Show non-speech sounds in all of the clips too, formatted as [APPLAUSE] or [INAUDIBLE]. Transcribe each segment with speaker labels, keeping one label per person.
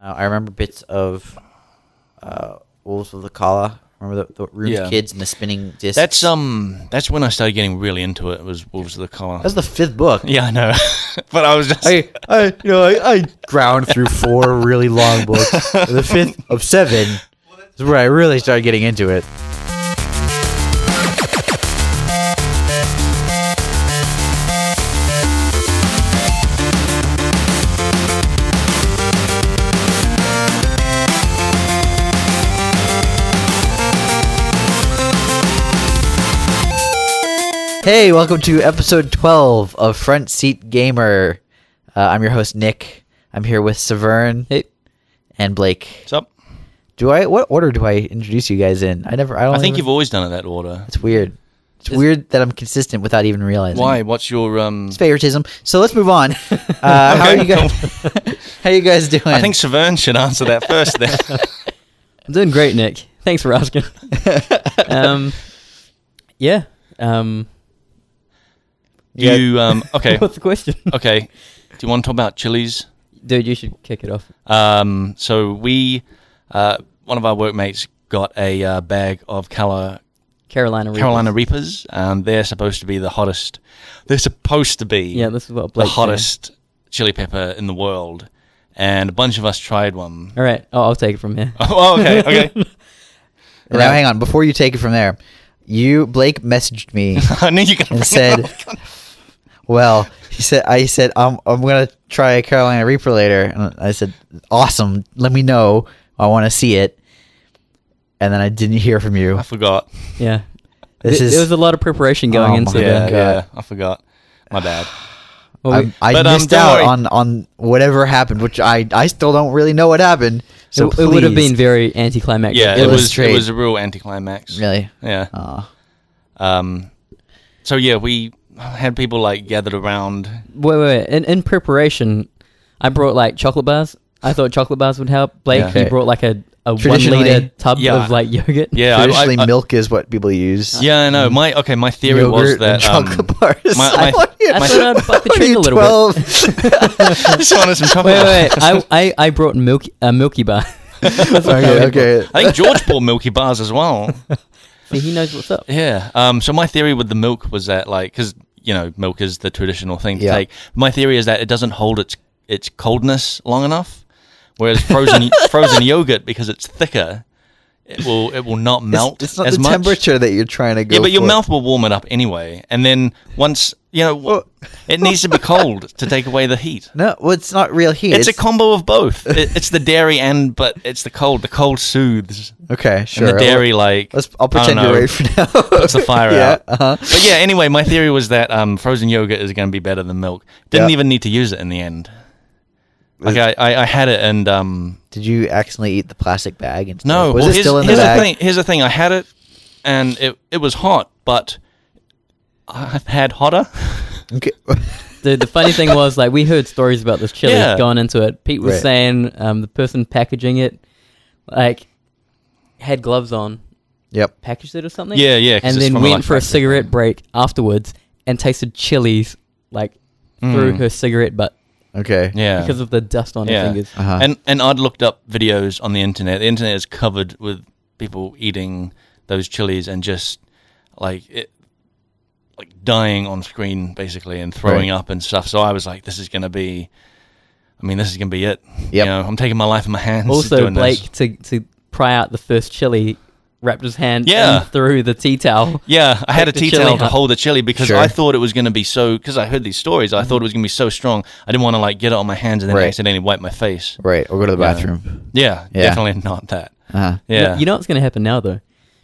Speaker 1: Uh, I remember bits of uh, Wolves of the Kala. Remember the, the Rune
Speaker 2: Yeah.
Speaker 1: Kids and the spinning discs?
Speaker 2: That's um. That's when I started getting really into it. Was Wolves of the Collar?
Speaker 1: That's the fifth book.
Speaker 2: [LAUGHS] Yeah, I know. [LAUGHS] but I was
Speaker 1: [LAUGHS]
Speaker 2: just.
Speaker 1: I, I, you know, I, I ground through four really long books. The fifth of seven is where I really started getting into it. Hey, welcome to episode 12 of Front Seat Gamer. Uh, I'm your host, Nick. I'm here with Severn
Speaker 3: Hey,
Speaker 1: and Blake.
Speaker 2: What's up?
Speaker 1: Do I, what order do I introduce you guys in? I never, I don't
Speaker 2: I think
Speaker 1: even-
Speaker 2: you've always done it that order.
Speaker 1: It's weird. It's weird that I'm consistent without even realizing.
Speaker 2: Why? What's your um?
Speaker 1: It's favoritism. So let's move
Speaker 2: [LAUGHS]
Speaker 1: on. Uh, How are you guys? how you guys [LAUGHS] doing?
Speaker 2: I think Severn should answer that first. Then
Speaker 3: [LAUGHS] I'm doing great, Nick. Thanks for
Speaker 1: [LAUGHS]
Speaker 3: asking. um, yeah. Um, Yeah.
Speaker 2: you
Speaker 3: [LAUGHS]
Speaker 2: um. Okay.
Speaker 3: What's the question?
Speaker 2: Okay. Do you want to talk about chilies?
Speaker 3: Dude, you should kick it off.
Speaker 2: Um. So we, uh, one of our workmates got a uh, bag of Cala
Speaker 3: Carolina Reapers.
Speaker 2: Carolina Reapers. Um, they're supposed to be the hottest. They're supposed to be
Speaker 3: Yeah, this is what
Speaker 2: the
Speaker 3: Blake said.
Speaker 2: hottest chili pepper in the world. And a bunch of us tried one.
Speaker 3: All right. Oh, I'll take it from here.
Speaker 2: [LAUGHS] oh, okay, okay.
Speaker 1: now, hang on. Before you take it from there, you Blake messaged
Speaker 2: [LAUGHS]
Speaker 1: me
Speaker 2: I knew you could
Speaker 1: and said, "Well, he said I said I'm I'm gonna try a Carolina Reaper later," and I said, "Awesome. Let me know. I want to see it." And then I didn't hear from you.
Speaker 2: I forgot.
Speaker 3: [LAUGHS] Yeah.
Speaker 1: This
Speaker 3: Th-
Speaker 1: is
Speaker 3: there was a lot of preparation going
Speaker 1: Oh
Speaker 3: into
Speaker 1: my
Speaker 2: yeah,
Speaker 1: God.
Speaker 3: the.
Speaker 2: yeah, I forgot. My
Speaker 1: [SIGHS]
Speaker 2: bad.
Speaker 3: Well, we-
Speaker 1: I, I
Speaker 2: But, um,
Speaker 1: missed
Speaker 2: don't
Speaker 1: out
Speaker 2: worry.
Speaker 1: on on whatever happened, which I I still don't really know what happened. So
Speaker 3: it, it would have
Speaker 1: please,
Speaker 3: been very anticlimactic.
Speaker 2: Yeah,
Speaker 1: It
Speaker 2: it
Speaker 1: was
Speaker 2: was
Speaker 1: straight.
Speaker 2: it was a real anticlimax.
Speaker 1: really.
Speaker 2: Yeah.
Speaker 1: Uh,
Speaker 2: Um. So yeah, we had people like gathered around.
Speaker 3: Wait, wait, wait. In, in preparation, I brought like chocolate bars. I thought chocolate bars would help. Blake,
Speaker 2: Yeah.
Speaker 3: you brought like a, a one
Speaker 1: Traditionally-
Speaker 3: liter tub
Speaker 2: Yeah.
Speaker 3: of like yogurt.
Speaker 2: Yeah, I- I,
Speaker 1: traditionally,
Speaker 2: I,
Speaker 1: milk is what people use.
Speaker 2: Yeah, I know. My okay, my theory was
Speaker 1: Yogurt and
Speaker 2: that um,
Speaker 1: chocolate
Speaker 2: [LAUGHS]
Speaker 1: bars. [LAUGHS]
Speaker 2: my-
Speaker 1: I
Speaker 2: my-
Speaker 1: want you-
Speaker 2: my-
Speaker 3: I thought I'd bite the
Speaker 1: What are
Speaker 3: tree
Speaker 1: you,
Speaker 3: a little
Speaker 2: [LAUGHS]
Speaker 3: bit.
Speaker 1: 12?
Speaker 2: just wanted some chocolate.
Speaker 3: Wait, wait, wait.
Speaker 2: [LAUGHS]
Speaker 3: I, I, I brought milk a Milky Bar. [LAUGHS]
Speaker 1: [LAUGHS] okay, okay.
Speaker 2: I think George bought Milky Bars as well.
Speaker 3: See, he knows what's up.
Speaker 2: Yeah. Um. So my theory with the milk was that like because you know milk is the traditional thing to
Speaker 1: Yeah.
Speaker 2: take. My theory is that it doesn't hold its its coldness long enough, whereas
Speaker 1: [LAUGHS]
Speaker 2: frozen frozen yogurt because it's thicker, it will it will not
Speaker 1: [LAUGHS]
Speaker 2: melt
Speaker 1: It's, it's not
Speaker 2: as
Speaker 1: the
Speaker 2: much.
Speaker 1: temperature that you're trying to go.
Speaker 2: yeah, but your
Speaker 1: for.
Speaker 2: mouth will warm it up anyway, and then once you know w- [LAUGHS] it needs to be cold to take away the heat.
Speaker 1: No, well, it's not real heat.
Speaker 2: It's, a combo of both. It, it's the dairy and but it's the cold. The cold soothes.
Speaker 1: okay, sure.
Speaker 2: and the dairy like
Speaker 1: Let's. I'll
Speaker 2: I don't
Speaker 1: pretend you're
Speaker 2: know,
Speaker 1: ready for now.
Speaker 2: puts the
Speaker 1: [LAUGHS]
Speaker 2: fire
Speaker 1: yeah,
Speaker 2: out.
Speaker 1: Uh-huh.
Speaker 2: But yeah, anyway, my theory was that um, frozen yogurt is going to be better than milk. Didn't
Speaker 1: Yeah.
Speaker 2: even need to use it in the end. Like I, I, I had it and um,
Speaker 1: Did you accidentally eat the plastic bag? And
Speaker 2: no.
Speaker 1: was
Speaker 2: well,
Speaker 1: it
Speaker 2: here's,
Speaker 1: still in the
Speaker 2: here's
Speaker 1: bag?
Speaker 2: thing. Here's the thing. I had it and it it was hot, but I've had hotter.
Speaker 1: [LAUGHS] Okay.
Speaker 3: Dude, the funny thing was, like, we heard stories about this chili
Speaker 2: Yeah.
Speaker 3: going into it. Pete was
Speaker 1: Right.
Speaker 3: saying um, the person packaging it, like, had gloves on,
Speaker 1: yep.
Speaker 3: packaged it or something.
Speaker 2: Yeah, yeah. 'cause
Speaker 3: And
Speaker 2: it's
Speaker 3: then
Speaker 2: from a,
Speaker 3: went
Speaker 2: like,
Speaker 3: for a
Speaker 2: factory.
Speaker 3: cigarette break afterwards and tasted chilies, like, through her cigarette butt
Speaker 1: Okay.
Speaker 2: Mm. Yeah.
Speaker 3: because of the dust on
Speaker 2: yeah.
Speaker 3: her fingers.
Speaker 1: Uh-huh.
Speaker 2: And and I'd looked up videos on the internet. The internet is covered with people eating those chilies and just like it, like dying on screen basically and throwing
Speaker 1: Right.
Speaker 2: up and stuff. So I was like, this is gonna be. I mean, this is gonna be it. You
Speaker 1: Yep.
Speaker 2: know, I'm taking my life in my hands.
Speaker 3: Also,
Speaker 2: doing this.
Speaker 3: Blake, to, to pry out the first chili, wrapped his hand
Speaker 2: Yeah.
Speaker 3: in through the tea towel.
Speaker 2: Yeah, I had a
Speaker 3: Take the
Speaker 2: tea
Speaker 3: chili
Speaker 2: towel to
Speaker 3: out.
Speaker 2: hold the chili because
Speaker 1: Sure.
Speaker 2: I thought it was going to be so. Because I heard these stories,
Speaker 3: Mm-hmm.
Speaker 2: I thought it was going to be so strong. I didn't want to like get it on my hands and then
Speaker 1: Right.
Speaker 2: accidentally wipe my face.
Speaker 1: Right. Or go to the
Speaker 2: Yeah.
Speaker 1: bathroom.
Speaker 2: Yeah,
Speaker 1: Yeah.
Speaker 2: definitely not that. [LAUGHS]
Speaker 1: Uh-huh.
Speaker 3: You know- [LAUGHS]
Speaker 2: Yeah.
Speaker 3: You know what's going to happen now, though?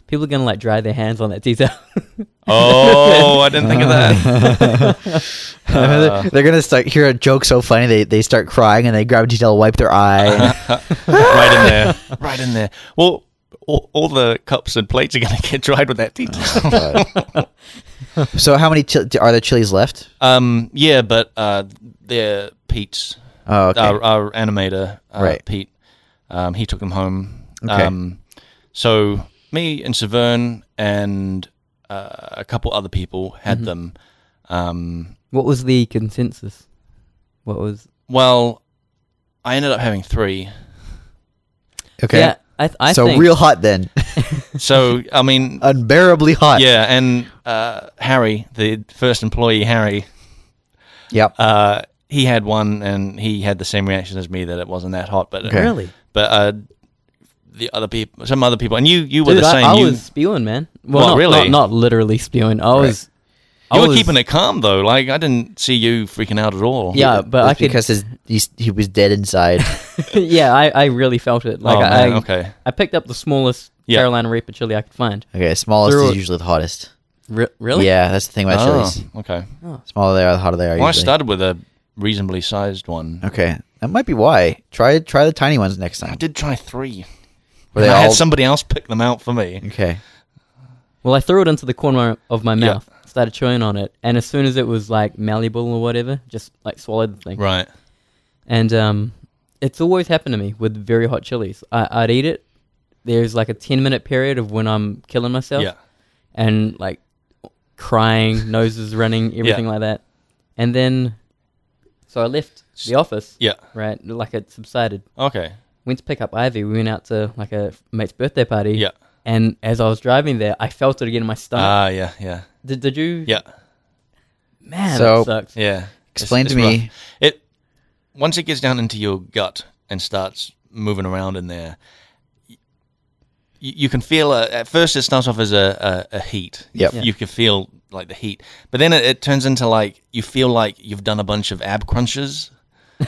Speaker 3: People are going to, like, dry their hands on that tea towel. [LAUGHS]
Speaker 2: Oh, I didn't think
Speaker 1: [LAUGHS]
Speaker 2: of that. Uh.
Speaker 1: they're, they're gonna start hear a joke so funny they, they start crying and they grab a detail, wipe their eye. and-
Speaker 2: right in there. [LAUGHS] Right in there. Well, all, all the cups and plates are going to [LAUGHS] get dried with that tea towel.
Speaker 1: [LAUGHS] so how many chil- are there chilies left?
Speaker 2: [LAUGHS] um, yeah, but uh, they're Pete's,
Speaker 1: Oh, okay.
Speaker 2: our, our animator, uh,
Speaker 1: Right.
Speaker 2: Pete. Um, he took them home.
Speaker 1: Okay.
Speaker 2: Um, so me and Severn and uh, a couple other people had them. Um,
Speaker 3: What was the consensus? What was
Speaker 2: well, I ended up having three.
Speaker 1: Okay.
Speaker 3: Yeah, I, th- I
Speaker 1: so
Speaker 3: think-
Speaker 1: real hot then, [LAUGHS]
Speaker 2: So I [LAUGHS] mean,
Speaker 1: unbearably hot.
Speaker 2: yeah, and uh, Harry, the first employee, Harry,
Speaker 1: Yep.
Speaker 2: uh, he had one, and he had the same reaction as me that it wasn't that hot, but
Speaker 1: Okay.
Speaker 3: Really?
Speaker 2: but uh, the other people, some other people, and you you were
Speaker 3: Dude,
Speaker 2: the
Speaker 3: I,
Speaker 2: same.
Speaker 3: I
Speaker 2: you
Speaker 3: was spewing, man. Well,
Speaker 2: What,
Speaker 3: not,
Speaker 2: really?
Speaker 3: Not, not literally spewing. I was.
Speaker 2: you
Speaker 3: I
Speaker 2: were
Speaker 3: was-
Speaker 2: keeping it calm though. Like I didn't see you freaking out at all.
Speaker 3: Yeah, but
Speaker 1: It's
Speaker 3: I could.
Speaker 1: because his, he's, he was dead inside.
Speaker 3: [LAUGHS] yeah, I, I really felt it. Like
Speaker 2: Oh,
Speaker 3: I,
Speaker 2: man,
Speaker 3: I-
Speaker 2: okay.
Speaker 3: I picked up the smallest
Speaker 2: Yeah.
Speaker 3: Carolina Reaper chili I could find.
Speaker 1: Okay, smallest
Speaker 3: Through
Speaker 1: is
Speaker 3: it.
Speaker 1: usually the hottest.
Speaker 3: Re- really?
Speaker 1: Yeah, that's the thing about
Speaker 2: Oh,
Speaker 1: chilies.
Speaker 2: okay.
Speaker 1: Smaller they are, the hotter they are.
Speaker 2: Well, I
Speaker 1: usually.
Speaker 2: started with a reasonably sized one.
Speaker 1: Okay, that might be why. Try try the tiny ones next
Speaker 2: I
Speaker 1: time.
Speaker 2: did try three.
Speaker 1: Were
Speaker 2: And
Speaker 1: they
Speaker 2: I
Speaker 1: all-
Speaker 2: had somebody else pick them out for me.
Speaker 1: Okay.
Speaker 3: Well, I threw it into the corner of my
Speaker 2: Yeah.
Speaker 3: mouth, started chewing on it, and as soon as it was like malleable or whatever, just like swallowed the thing.
Speaker 2: Right.
Speaker 3: And um, it's always happened to me with very hot chilies. I, I'd eat it. There's like a 10 minute period of when I'm killing myself
Speaker 2: Yeah.
Speaker 3: and like
Speaker 2: [LAUGHS]
Speaker 3: crying, noses running, everything like that. And then, so I left the office,
Speaker 2: Yeah.
Speaker 3: right? Like it subsided.
Speaker 2: Okay.
Speaker 3: Went to pick up Ivy. We went out to like a mate's birthday party.
Speaker 2: Yeah.
Speaker 3: And as I was driving there, I felt it again in my stomach.
Speaker 2: Ah, yeah, yeah,
Speaker 3: did, did you?
Speaker 2: yeah,
Speaker 3: Man,
Speaker 1: So-
Speaker 2: [LAUGHS]
Speaker 3: that sucks.
Speaker 2: yeah.
Speaker 1: Explain
Speaker 2: It's-
Speaker 1: to
Speaker 2: it's
Speaker 1: me.
Speaker 2: rough. It once it gets down into your gut and starts moving around in there. y- You, you can feel a, at first it starts off as a, a, a heat.
Speaker 1: Yep.
Speaker 2: You can feel like the heat, but then it, it turns into like you feel like you've done a bunch of ab
Speaker 1: [LAUGHS]
Speaker 2: crunches.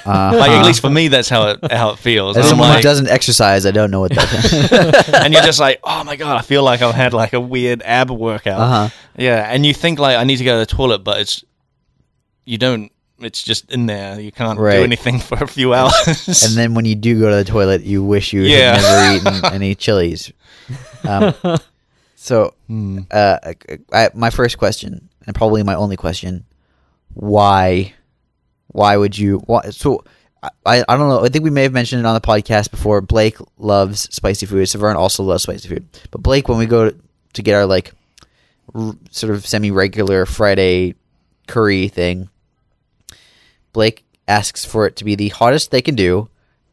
Speaker 1: Uh,
Speaker 2: Like at least for me, that's how it how it feels.
Speaker 1: as
Speaker 2: I'm
Speaker 1: someone who
Speaker 2: like-
Speaker 1: doesn't exercise, I don't know what that is.
Speaker 2: and you're just like, oh my god, I feel like I've had like a weird ab workout.
Speaker 1: Uh-huh.
Speaker 2: Yeah, and you think like I need to go to the toilet, but it's you don't. It's just in there. You can't
Speaker 1: Right.
Speaker 2: do anything [LAUGHS] for a few hours.
Speaker 1: and then when you do go to the toilet, you wish you
Speaker 2: Yeah.
Speaker 1: had never eaten any chilies. Um, so, uh, I, my first question, and probably my only question, why, why would you? Why, so, I, I don't know. I think we may have mentioned it on the podcast before. Blake loves spicy food. Severn also loves spicy food, but Blake, when we go to, to get our like r- sort of semi-regular Friday curry thing, Blake asks for it to be the hottest they can do,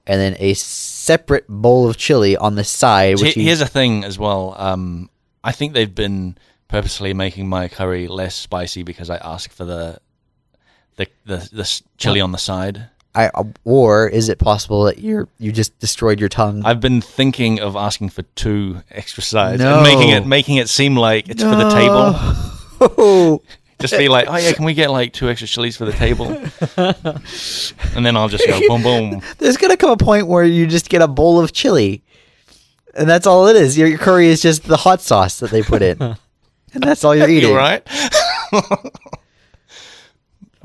Speaker 1: and then a separate bowl of chili on the side.
Speaker 2: He-
Speaker 1: Which he,
Speaker 2: here's a thing as well. Um, I think they've been purposely making my curry less spicy because I asked for the the the, the s- chili on the side.
Speaker 1: I, uh, or is it possible that you're you just destroyed your tongue?
Speaker 2: I've been thinking of asking for two extra sides
Speaker 1: No.
Speaker 2: and making it making it seem like it's for the table.
Speaker 1: Oh,
Speaker 2: Just be like, oh yeah, can we get like two extra chilies for the table? and then I'll just go boom, boom.
Speaker 1: [LAUGHS] there's gonna come a point where you just get a bowl of chili, and that's all it is. Your, your curry is just the hot sauce that they put
Speaker 2: [LAUGHS]
Speaker 1: in, and that's all you're eating.
Speaker 2: You right?
Speaker 1: So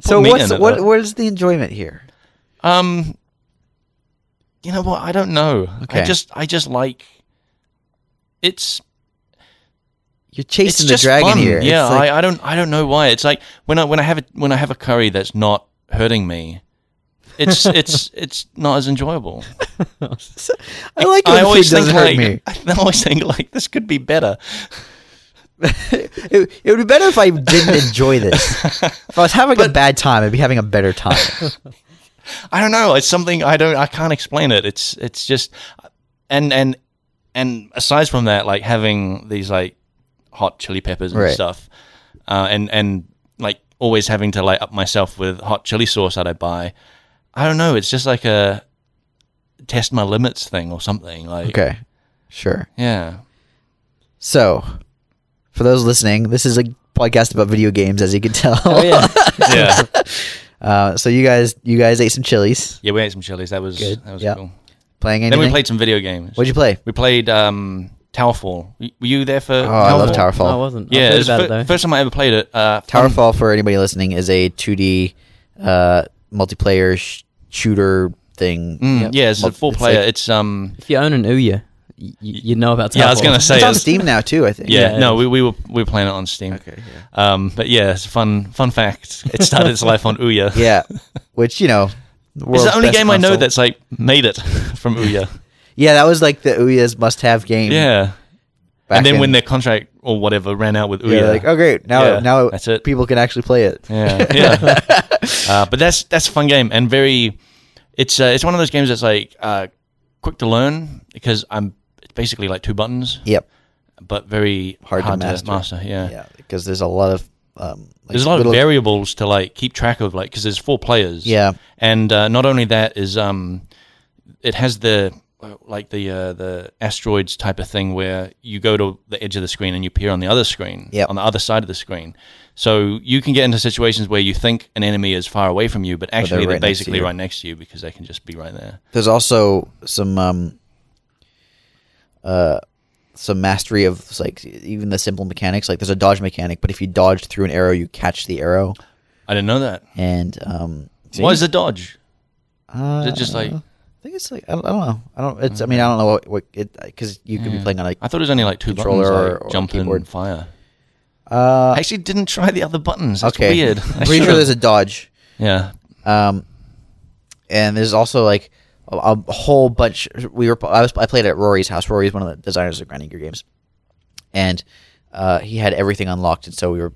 Speaker 2: Put meat
Speaker 1: what's
Speaker 2: in it,
Speaker 1: what?
Speaker 2: though.
Speaker 1: Where's the enjoyment here?
Speaker 2: Um, you know what? I don't know. I
Speaker 1: Okay.
Speaker 2: just, I just like. It's
Speaker 1: You're
Speaker 2: it's
Speaker 1: chasing the
Speaker 2: just
Speaker 1: dragon
Speaker 2: fun.
Speaker 1: here.
Speaker 2: Yeah,
Speaker 1: It's like,
Speaker 2: I, I don't, I don't know why. It's like when I when I have a when I have a curry that's not hurting me.
Speaker 1: [LAUGHS]
Speaker 2: It's it's it's not as enjoyable.
Speaker 1: I, like it
Speaker 2: I
Speaker 1: when
Speaker 2: always
Speaker 1: food
Speaker 2: think
Speaker 1: doesn't hurt
Speaker 2: like
Speaker 1: me.
Speaker 2: [LAUGHS] I always think like this could be better.
Speaker 1: [LAUGHS] It, it would be better if I
Speaker 2: [LAUGHS]
Speaker 1: didn't enjoy this. if I was having a bad time, I'd be having a better
Speaker 2: [LAUGHS]
Speaker 1: time.
Speaker 2: I don't know. It's something I don't. I can't explain it. It's it's just, and and and aside from that, like having these like hot chili peppers and
Speaker 1: Right.
Speaker 2: stuff, uh, and and like always having to like up myself with hot chili sauce that I buy. I don't know. It's just like a test my limits thing or something. Like
Speaker 1: okay, sure. [LAUGHS]
Speaker 2: yeah,
Speaker 1: So, for those listening, this is a podcast about video games, as you can tell.
Speaker 3: Oh, yeah.
Speaker 2: yeah,
Speaker 1: [LAUGHS] Uh, so you guys, you guys ate some chilies.
Speaker 2: yeah. We ate some chilies. That was
Speaker 1: Good.
Speaker 2: that was
Speaker 1: Yeah.
Speaker 2: cool.
Speaker 1: Playing
Speaker 2: Then
Speaker 1: anything?
Speaker 2: we played some video games.
Speaker 1: What'd you play?
Speaker 2: we played um, Towerfall. Were you there for?
Speaker 1: Oh, I love
Speaker 2: Towerfall?
Speaker 1: Towerfall.
Speaker 3: No, I wasn't.
Speaker 2: Yeah,
Speaker 3: I heard
Speaker 2: it's
Speaker 3: about
Speaker 2: the
Speaker 3: it though.
Speaker 2: first time I ever played it. Uh, fun-
Speaker 1: Towerfall, for anybody listening, is a 2D uh, multiplayer sh- shooter thing.
Speaker 2: Mm,
Speaker 3: Yep.
Speaker 2: Yeah, it's
Speaker 1: Well,
Speaker 2: a four
Speaker 1: it's
Speaker 2: player.
Speaker 1: like-
Speaker 2: It's um.
Speaker 3: if you own an Ouya, you, you know about
Speaker 2: Yeah, I was
Speaker 3: Towerfall.
Speaker 2: gonna say
Speaker 1: It's on
Speaker 2: it's-
Speaker 1: Steam now too, I think.
Speaker 2: Yeah,
Speaker 3: Yeah,
Speaker 2: no,
Speaker 3: it
Speaker 2: we, we were we were playing it on Steam.
Speaker 1: Okay. Yeah.
Speaker 2: Um, but yeah, it's a fun fun fact. It started its life on Ouya.
Speaker 1: [LAUGHS] Yeah, which you know,
Speaker 2: it's
Speaker 1: world's
Speaker 2: the only
Speaker 1: best
Speaker 2: game I know
Speaker 1: console.
Speaker 2: that's like made it [LAUGHS] from Ouya.
Speaker 1: Yeah, that was like the Ouya's must-have game.
Speaker 2: yeah,
Speaker 1: back
Speaker 2: and then
Speaker 1: in-
Speaker 2: when their contract or whatever ran out with Ouya,
Speaker 1: yeah, like oh great, now
Speaker 2: Yeah,
Speaker 1: now
Speaker 2: that's it.
Speaker 1: people can actually play it. [LAUGHS]
Speaker 2: yeah, yeah. uh, but that's that's a fun game and very. It's uh, it's one of those games that's like uh, quick to learn because I'm it's basically like two buttons,
Speaker 1: Yep.
Speaker 2: but very
Speaker 1: Hard
Speaker 2: hard,
Speaker 1: to master.
Speaker 2: yeah.
Speaker 1: Yeah, because there's a lot of um, like
Speaker 2: there's a lot
Speaker 1: little-
Speaker 2: of variables to like keep track of, like because there's four players.
Speaker 1: Yeah.
Speaker 2: and uh, not only that is um, it has the like the uh, the asteroids type of thing where you go to the edge of the screen and you appear on the other screen,
Speaker 1: Yep.
Speaker 2: on the other side of the screen. So you can get into situations where you think an enemy is far away from you, but actually they're,
Speaker 1: right next to
Speaker 2: basically
Speaker 1: you.
Speaker 2: right next to you because they can just be right there.
Speaker 1: There's also some um, uh, some mastery of like even the simple mechanics. Like there's a dodge mechanic, but if you dodge through an arrow, you catch the arrow.
Speaker 2: I didn't know that.
Speaker 1: And um,
Speaker 2: Why is the dodge?
Speaker 1: Uh,
Speaker 2: Is it just like
Speaker 1: I think it's like I don't, I don't know. I don't. It's. I mean, I don't know what what it because you could be
Speaker 2: Yeah.
Speaker 1: playing on like.
Speaker 2: I thought it was only like two
Speaker 1: Controller
Speaker 2: buttons,
Speaker 1: or-
Speaker 2: like
Speaker 1: or
Speaker 2: jump
Speaker 1: keyboard.
Speaker 2: and fire.
Speaker 1: Uh,
Speaker 2: I actually didn't try the other buttons. That's
Speaker 1: okay.
Speaker 2: weird. I [LAUGHS]
Speaker 1: I'm [LAUGHS] pretty sure
Speaker 2: should've.
Speaker 1: there's a dodge.
Speaker 2: yeah.
Speaker 1: Um, and there's also like a, a whole bunch. We were I was I played at Rory's house. Rory's one of the designers of Grinding Gear Games, and uh, he had everything unlocked, and so we were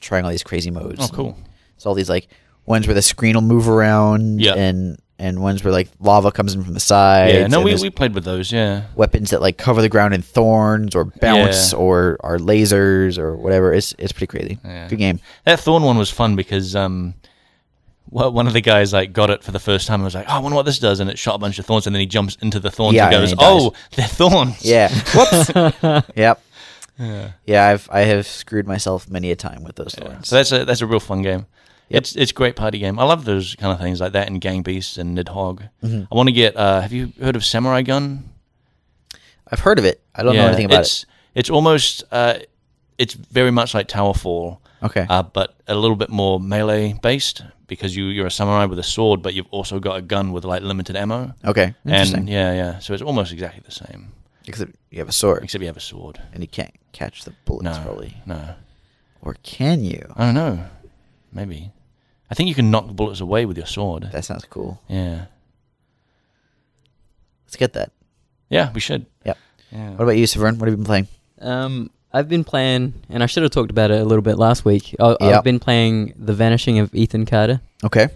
Speaker 1: trying all these crazy modes.
Speaker 2: Oh, cool.
Speaker 1: So all these like ones where the screen will move around,
Speaker 2: Yeah.
Speaker 1: and and ones where like lava comes in from the side.
Speaker 2: Yeah. No, we, we played with those. Yeah.
Speaker 1: weapons that like cover the ground in thorns or bounce
Speaker 2: Yeah.
Speaker 1: or are lasers or whatever. It's it's pretty crazy.
Speaker 2: Yeah.
Speaker 1: Good game.
Speaker 2: That thorn one was fun because um, wha- one of the guys like got it for the first time and was like, "Oh, I wonder what this does," and it shot a bunch of thorns, and then he jumps into the thorns
Speaker 1: Yeah,
Speaker 2: and
Speaker 1: and
Speaker 2: goes,
Speaker 1: he dies.
Speaker 2: "Oh, they're thorns." [LAUGHS]
Speaker 1: Yeah. Whoops. yep.
Speaker 2: Yeah.
Speaker 1: Yeah, I've I have screwed myself many a time with those
Speaker 2: Yeah.
Speaker 1: thorns.
Speaker 2: So that's a that's a real fun game.
Speaker 1: Yep.
Speaker 2: It's it's a great party game. I love those kind of things like that and Gang Beasts and Nidhogg.
Speaker 1: Mm-hmm.
Speaker 2: I want to get. Uh, have you heard of Samurai Gun?
Speaker 1: I've heard of it. I don't know anything about
Speaker 2: it's,
Speaker 1: it.
Speaker 2: It's almost, uh, it's very much like Towerfall,
Speaker 1: Okay.
Speaker 2: uh, but a little bit more melee based because you you're a samurai with a sword, but you've also got a gun with like limited ammo.
Speaker 1: okay.
Speaker 2: And
Speaker 1: Interesting.
Speaker 2: yeah, yeah. So it's almost exactly the same,
Speaker 1: Except you have a sword
Speaker 2: except you have a sword.
Speaker 1: and you can't catch the bullets
Speaker 2: No,
Speaker 1: probably.
Speaker 2: no.
Speaker 1: Or can you?
Speaker 2: I don't know. Maybe. I think you can knock bullets away with your sword.
Speaker 1: That sounds cool.
Speaker 2: yeah.
Speaker 1: Let's get that.
Speaker 2: Yeah, we should.
Speaker 1: Yep.
Speaker 2: Yeah.
Speaker 1: What about you, Severn? What have you been playing?
Speaker 3: Um, I've been playing, and I should have talked about it a little bit last week. I,
Speaker 1: Yep.
Speaker 3: I've been playing The Vanishing of Ethan Carter.
Speaker 1: Okay.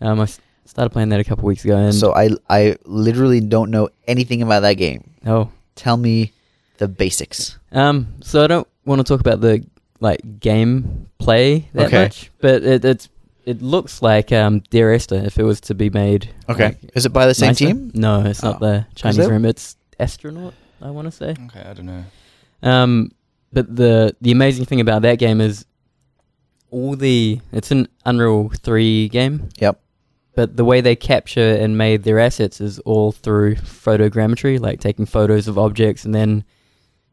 Speaker 3: Um, I s- started playing that a couple weeks ago, and
Speaker 1: so I I literally don't know anything about that game.
Speaker 3: oh,
Speaker 1: Tell me the basics.
Speaker 3: um, so I don't want to talk about the like gameplay that
Speaker 1: Okay.
Speaker 3: much, but it, it's it looks like um, Dear Esther if it was to be made. like,
Speaker 1: Is it by the same
Speaker 3: nicer.
Speaker 1: team?
Speaker 3: No, it's
Speaker 1: Oh.
Speaker 3: not the Chinese
Speaker 1: it?
Speaker 3: room. It's astronaut. I want to say.
Speaker 2: Okay, I don't know.
Speaker 3: Um, but the the amazing thing about that game is all the it's an Unreal Three game,
Speaker 1: Yep.
Speaker 3: but the way they capture and made their assets is all through photogrammetry, like taking photos of objects and then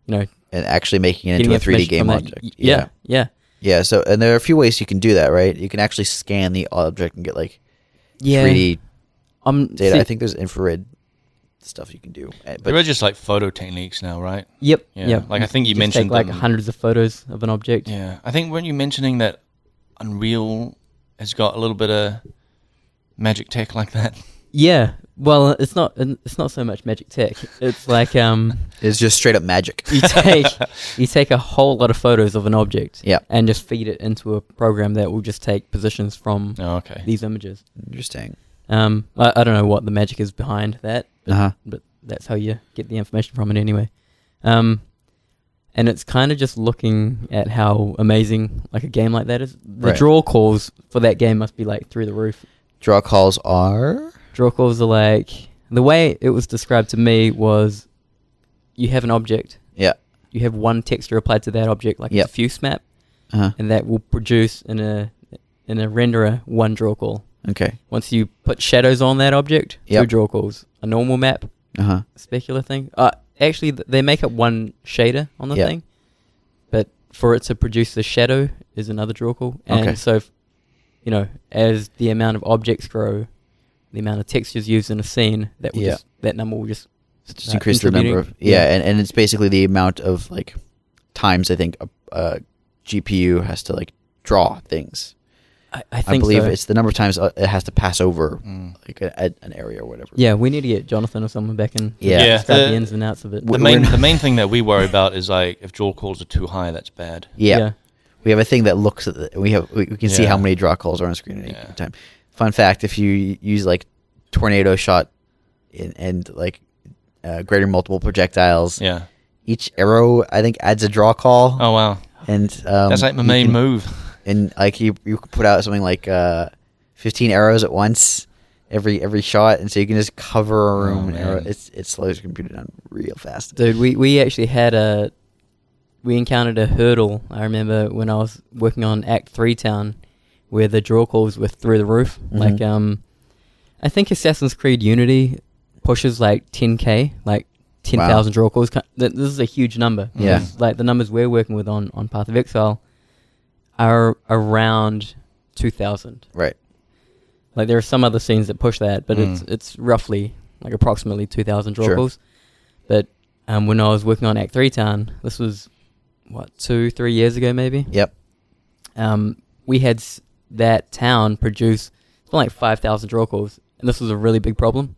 Speaker 3: you know
Speaker 1: And actually making it
Speaker 3: getting
Speaker 1: into a 3D
Speaker 3: information
Speaker 1: game
Speaker 3: from that.
Speaker 1: object.
Speaker 3: Y- Yeah, yeah,
Speaker 1: Yeah, so and there are a few ways you can do that, right? You can actually scan the object and get like
Speaker 3: yeah.
Speaker 1: 3D
Speaker 3: um,
Speaker 1: data.
Speaker 3: see-
Speaker 1: I think there's infrared stuff you can do, eh,
Speaker 2: there are
Speaker 1: but
Speaker 2: just like photo techniques now, right?
Speaker 3: Yep.
Speaker 2: Yeah,
Speaker 3: Yep.
Speaker 2: like I think you
Speaker 3: Just
Speaker 2: mentioned
Speaker 3: take like
Speaker 2: them.
Speaker 3: hundreds of photos of an object.
Speaker 2: Yeah, I think weren't you mentioning that Unreal has got a little bit of magic tech like that?
Speaker 3: Yeah. Well, it's not it's not so much magic tech. It's
Speaker 2: [LAUGHS]
Speaker 3: like um. E
Speaker 1: it's just straight up magic.
Speaker 3: you take you take a whole lot of photos of an object
Speaker 1: Yeah.
Speaker 3: and just feed it into a program that will just take positions from
Speaker 2: Oh, okay.
Speaker 3: these images.
Speaker 1: Interesting.
Speaker 3: Um, I, I don't know what the magic is behind that,
Speaker 1: Uh huh.
Speaker 3: but that's how you get the information from it anyway. Um, and it's kind of just looking at how amazing like a game like that is. The
Speaker 1: Right.
Speaker 3: draw calls for that game must be like through the roof.
Speaker 1: Draw calls are
Speaker 3: Draw calls are like the way it was described to me was you have an object,
Speaker 1: yeah.
Speaker 3: you have one texture applied to that object like
Speaker 1: Yep.
Speaker 3: a diffuse map,
Speaker 1: Uh huh.
Speaker 3: and that will produce in a in a renderer one draw call.
Speaker 1: Okay.
Speaker 3: Once you put shadows on that object, two
Speaker 1: Yep.
Speaker 3: draw calls: a normal map,
Speaker 1: Uh huh.
Speaker 3: specular thing. Uh, actually, th- they make up one shader on the
Speaker 1: Yep.
Speaker 3: thing, but for it to produce the shadow is another draw call. And
Speaker 1: Okay.
Speaker 3: so, if, you know, as the amount of objects grow, the amount of textures used in a scene, that will
Speaker 1: Yeah.
Speaker 3: just that number will just uh,
Speaker 1: Just
Speaker 3: start
Speaker 1: increase the number of
Speaker 3: contributing.
Speaker 1: yeah, and, and it's basically the amount of like times I think a, a GPU has to like draw things.
Speaker 3: I, I
Speaker 1: I,
Speaker 3: think
Speaker 1: believe
Speaker 3: so.
Speaker 1: it's the number of times uh, it has to pass over
Speaker 2: Mm.
Speaker 1: like a, a- an area or whatever.
Speaker 3: yeah. We need to get Jonathan or someone back in.
Speaker 1: Yeah.
Speaker 2: Yeah.
Speaker 3: Start the,
Speaker 2: The-
Speaker 3: ins and outs of it.
Speaker 1: We're-
Speaker 2: The main
Speaker 1: we're-
Speaker 2: the
Speaker 1: [LAUGHS]
Speaker 2: main thing that we worry about is like if draw calls are too high, that's bad.
Speaker 1: Yeah. We have a thing that looks at the, we have we, we can see how
Speaker 2: Yeah.
Speaker 1: many draw calls are on screen at any
Speaker 2: Yeah.
Speaker 1: given time. Fun fact: if you use like tornado shot and, and like uh, greater multiple projectiles.
Speaker 2: Yeah.
Speaker 1: Each arrow, I think, adds a draw call.
Speaker 2: Oh wow.
Speaker 1: And um,
Speaker 2: That's like my
Speaker 1: you
Speaker 2: main
Speaker 1: can-
Speaker 2: move.
Speaker 1: And like you, you could put out something like uh, fifteen arrows at once, every every shot, and so you can just cover a room.
Speaker 2: Oh,
Speaker 1: and arrow.
Speaker 2: man.
Speaker 1: It's it slows your computer down real fast.
Speaker 3: Dude, we, we actually had a we encountered a hurdle. I remember when I was working on Act Three Town, where the draw calls were through the roof. Like
Speaker 1: Mhm.
Speaker 3: um, I think Assassin's Creed Unity pushes like 10k, like 10,000 draw calls. Ki- th- This is a huge number.
Speaker 1: Yeah.
Speaker 3: because, like the numbers we're working with on on Path of Exile are around 2,000.
Speaker 1: Right.
Speaker 3: Like there are some other scenes that push that, but it's
Speaker 2: Mm.
Speaker 3: it's roughly like approximately two thousand draw
Speaker 1: Sure.
Speaker 3: calls. But um, when I was working on Act Three Town, this was what two three years ago maybe.
Speaker 1: Yep.
Speaker 3: Um, we had s- that town produce something like five thousand draw calls, and this was a really big problem.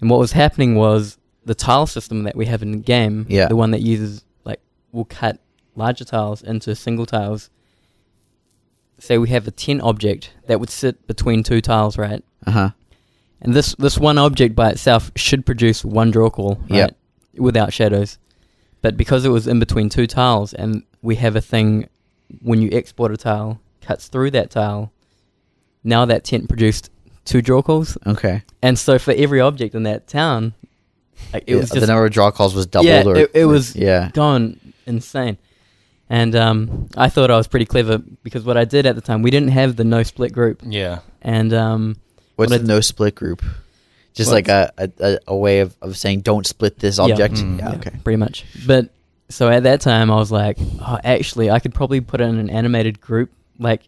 Speaker 3: And what was happening was the tile system that we have in the game,
Speaker 1: Yeah.
Speaker 3: the one that uses like will cut larger tiles into single tiles. Say we have a ten object that would sit between two tiles, right?
Speaker 1: Uh huh.
Speaker 3: And this this one object by itself should produce one draw call, right?
Speaker 1: Yep.
Speaker 3: Without shadows. But because it was in between two tiles and we have a thing when you export a tile, cuts through that tile, now that tent produced two draw calls.
Speaker 1: Okay.
Speaker 3: And so for every object in that town, like it
Speaker 1: Yeah,
Speaker 3: was
Speaker 1: the
Speaker 3: just
Speaker 1: number of draw calls was doubled.
Speaker 3: Yeah,
Speaker 1: or,
Speaker 3: it- it was-
Speaker 1: Yeah.
Speaker 3: gone insane. And um, I thought I was pretty clever because what I did at the time, we didn't have the no split group.
Speaker 2: Yeah.
Speaker 3: And um,
Speaker 1: What's
Speaker 3: What
Speaker 1: a
Speaker 3: I-
Speaker 1: no split group? Just
Speaker 3: Well,
Speaker 1: like a, a- a, a way of, of saying don't split this
Speaker 3: Yeah.
Speaker 1: object.
Speaker 2: Mm.
Speaker 1: Yeah,
Speaker 2: Yeah.
Speaker 1: okay.
Speaker 3: pretty much. But so at that time, I was like, oh, actually, I could probably put in an animated group, like,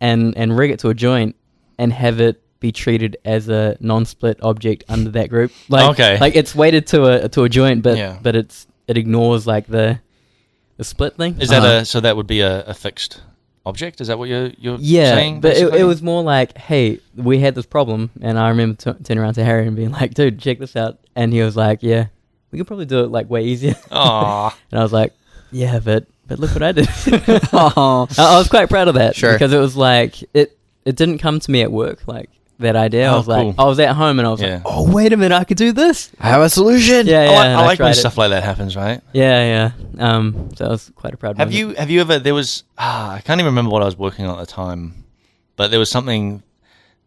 Speaker 3: and and rig it to a joint, and have it be treated as a non-split object under that
Speaker 2: [LAUGHS]
Speaker 3: group. Like,
Speaker 2: Okay.
Speaker 3: like it's weighted to a to a joint, but
Speaker 2: Yeah.
Speaker 3: but it's it ignores like the the split thing.
Speaker 2: Is that
Speaker 1: Uh-huh.
Speaker 2: a so that would be a, a fixed object? Is that what you're you're
Speaker 3: yeah,
Speaker 2: saying?
Speaker 3: but it,
Speaker 2: basically?
Speaker 3: it was more like, hey, we had this problem, and I remember t- turning around to Harry and being like, dude, check this out, and he was like, yeah, we could probably do it like way easier.
Speaker 2: Aw.
Speaker 3: And [LAUGHS] I was like, yeah, but but look what
Speaker 2: [LAUGHS]
Speaker 3: I did. I, [LAUGHS] I was quite proud of that
Speaker 1: Sure.
Speaker 3: because it was like it it didn't come to me at work like that idea. I
Speaker 2: Oh,
Speaker 3: was
Speaker 2: cool.
Speaker 3: like, I was at home and I was
Speaker 2: Yeah.
Speaker 3: like, oh wait a minute, I could do
Speaker 2: [LAUGHS]
Speaker 3: this.
Speaker 1: I have a solution.
Speaker 3: Yeah, yeah.
Speaker 2: I like,
Speaker 3: and
Speaker 2: I like
Speaker 3: tried
Speaker 2: when
Speaker 3: it.
Speaker 2: stuff like that happens, right?
Speaker 3: Yeah, yeah. Um, so I was quite a proud.
Speaker 2: Have
Speaker 3: moment.
Speaker 2: you have you ever there was ah, I can't even remember what I was working on at the time, but there was something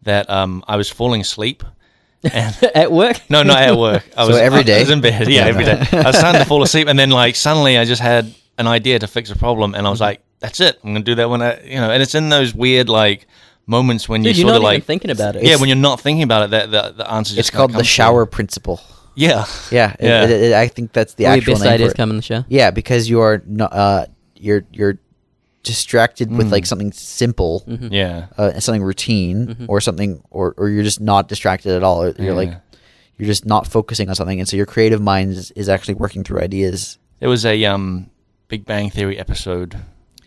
Speaker 2: that um I was falling asleep and
Speaker 3: at work?
Speaker 2: No, not at work. I
Speaker 1: [LAUGHS] So
Speaker 2: was
Speaker 1: every
Speaker 2: I- I
Speaker 1: day?
Speaker 2: was in bed. Yeah,
Speaker 1: [LAUGHS]
Speaker 2: every day. I was starting to fall asleep, and then like suddenly, I just had an idea to fix a problem, and I was
Speaker 1: Mm-hmm.
Speaker 2: like, "That's it. I'm gonna do that when I, you know." And it's in those weird like moments when
Speaker 3: Dude,
Speaker 2: you
Speaker 3: you're
Speaker 2: sort
Speaker 3: not
Speaker 2: of like
Speaker 3: even thinking about it.
Speaker 2: yeah, when you're not thinking about it, that the, the answer just
Speaker 1: It's
Speaker 2: kinda
Speaker 1: called the
Speaker 2: comes to
Speaker 1: shower
Speaker 2: you.
Speaker 1: principle. [LAUGHS]
Speaker 2: Yeah,
Speaker 1: Yeah. it-
Speaker 2: Yeah.
Speaker 1: it- it- I think that's the
Speaker 3: All your
Speaker 1: actual
Speaker 3: best
Speaker 1: name
Speaker 3: ideas
Speaker 1: for it.
Speaker 3: come in the show.
Speaker 1: Yeah, because you are not, uh, you're you're distracted
Speaker 3: Mm.
Speaker 1: with like something simple,
Speaker 3: Mm-hmm.
Speaker 2: yeah,
Speaker 1: uh, something routine,
Speaker 2: Mm-hmm.
Speaker 1: or something, or or you're just not distracted at all. You're like,
Speaker 2: Yeah.
Speaker 1: you're just not focusing on something, and so your creative mind is, is actually working through ideas.
Speaker 2: There was a um Big Bang Theory episode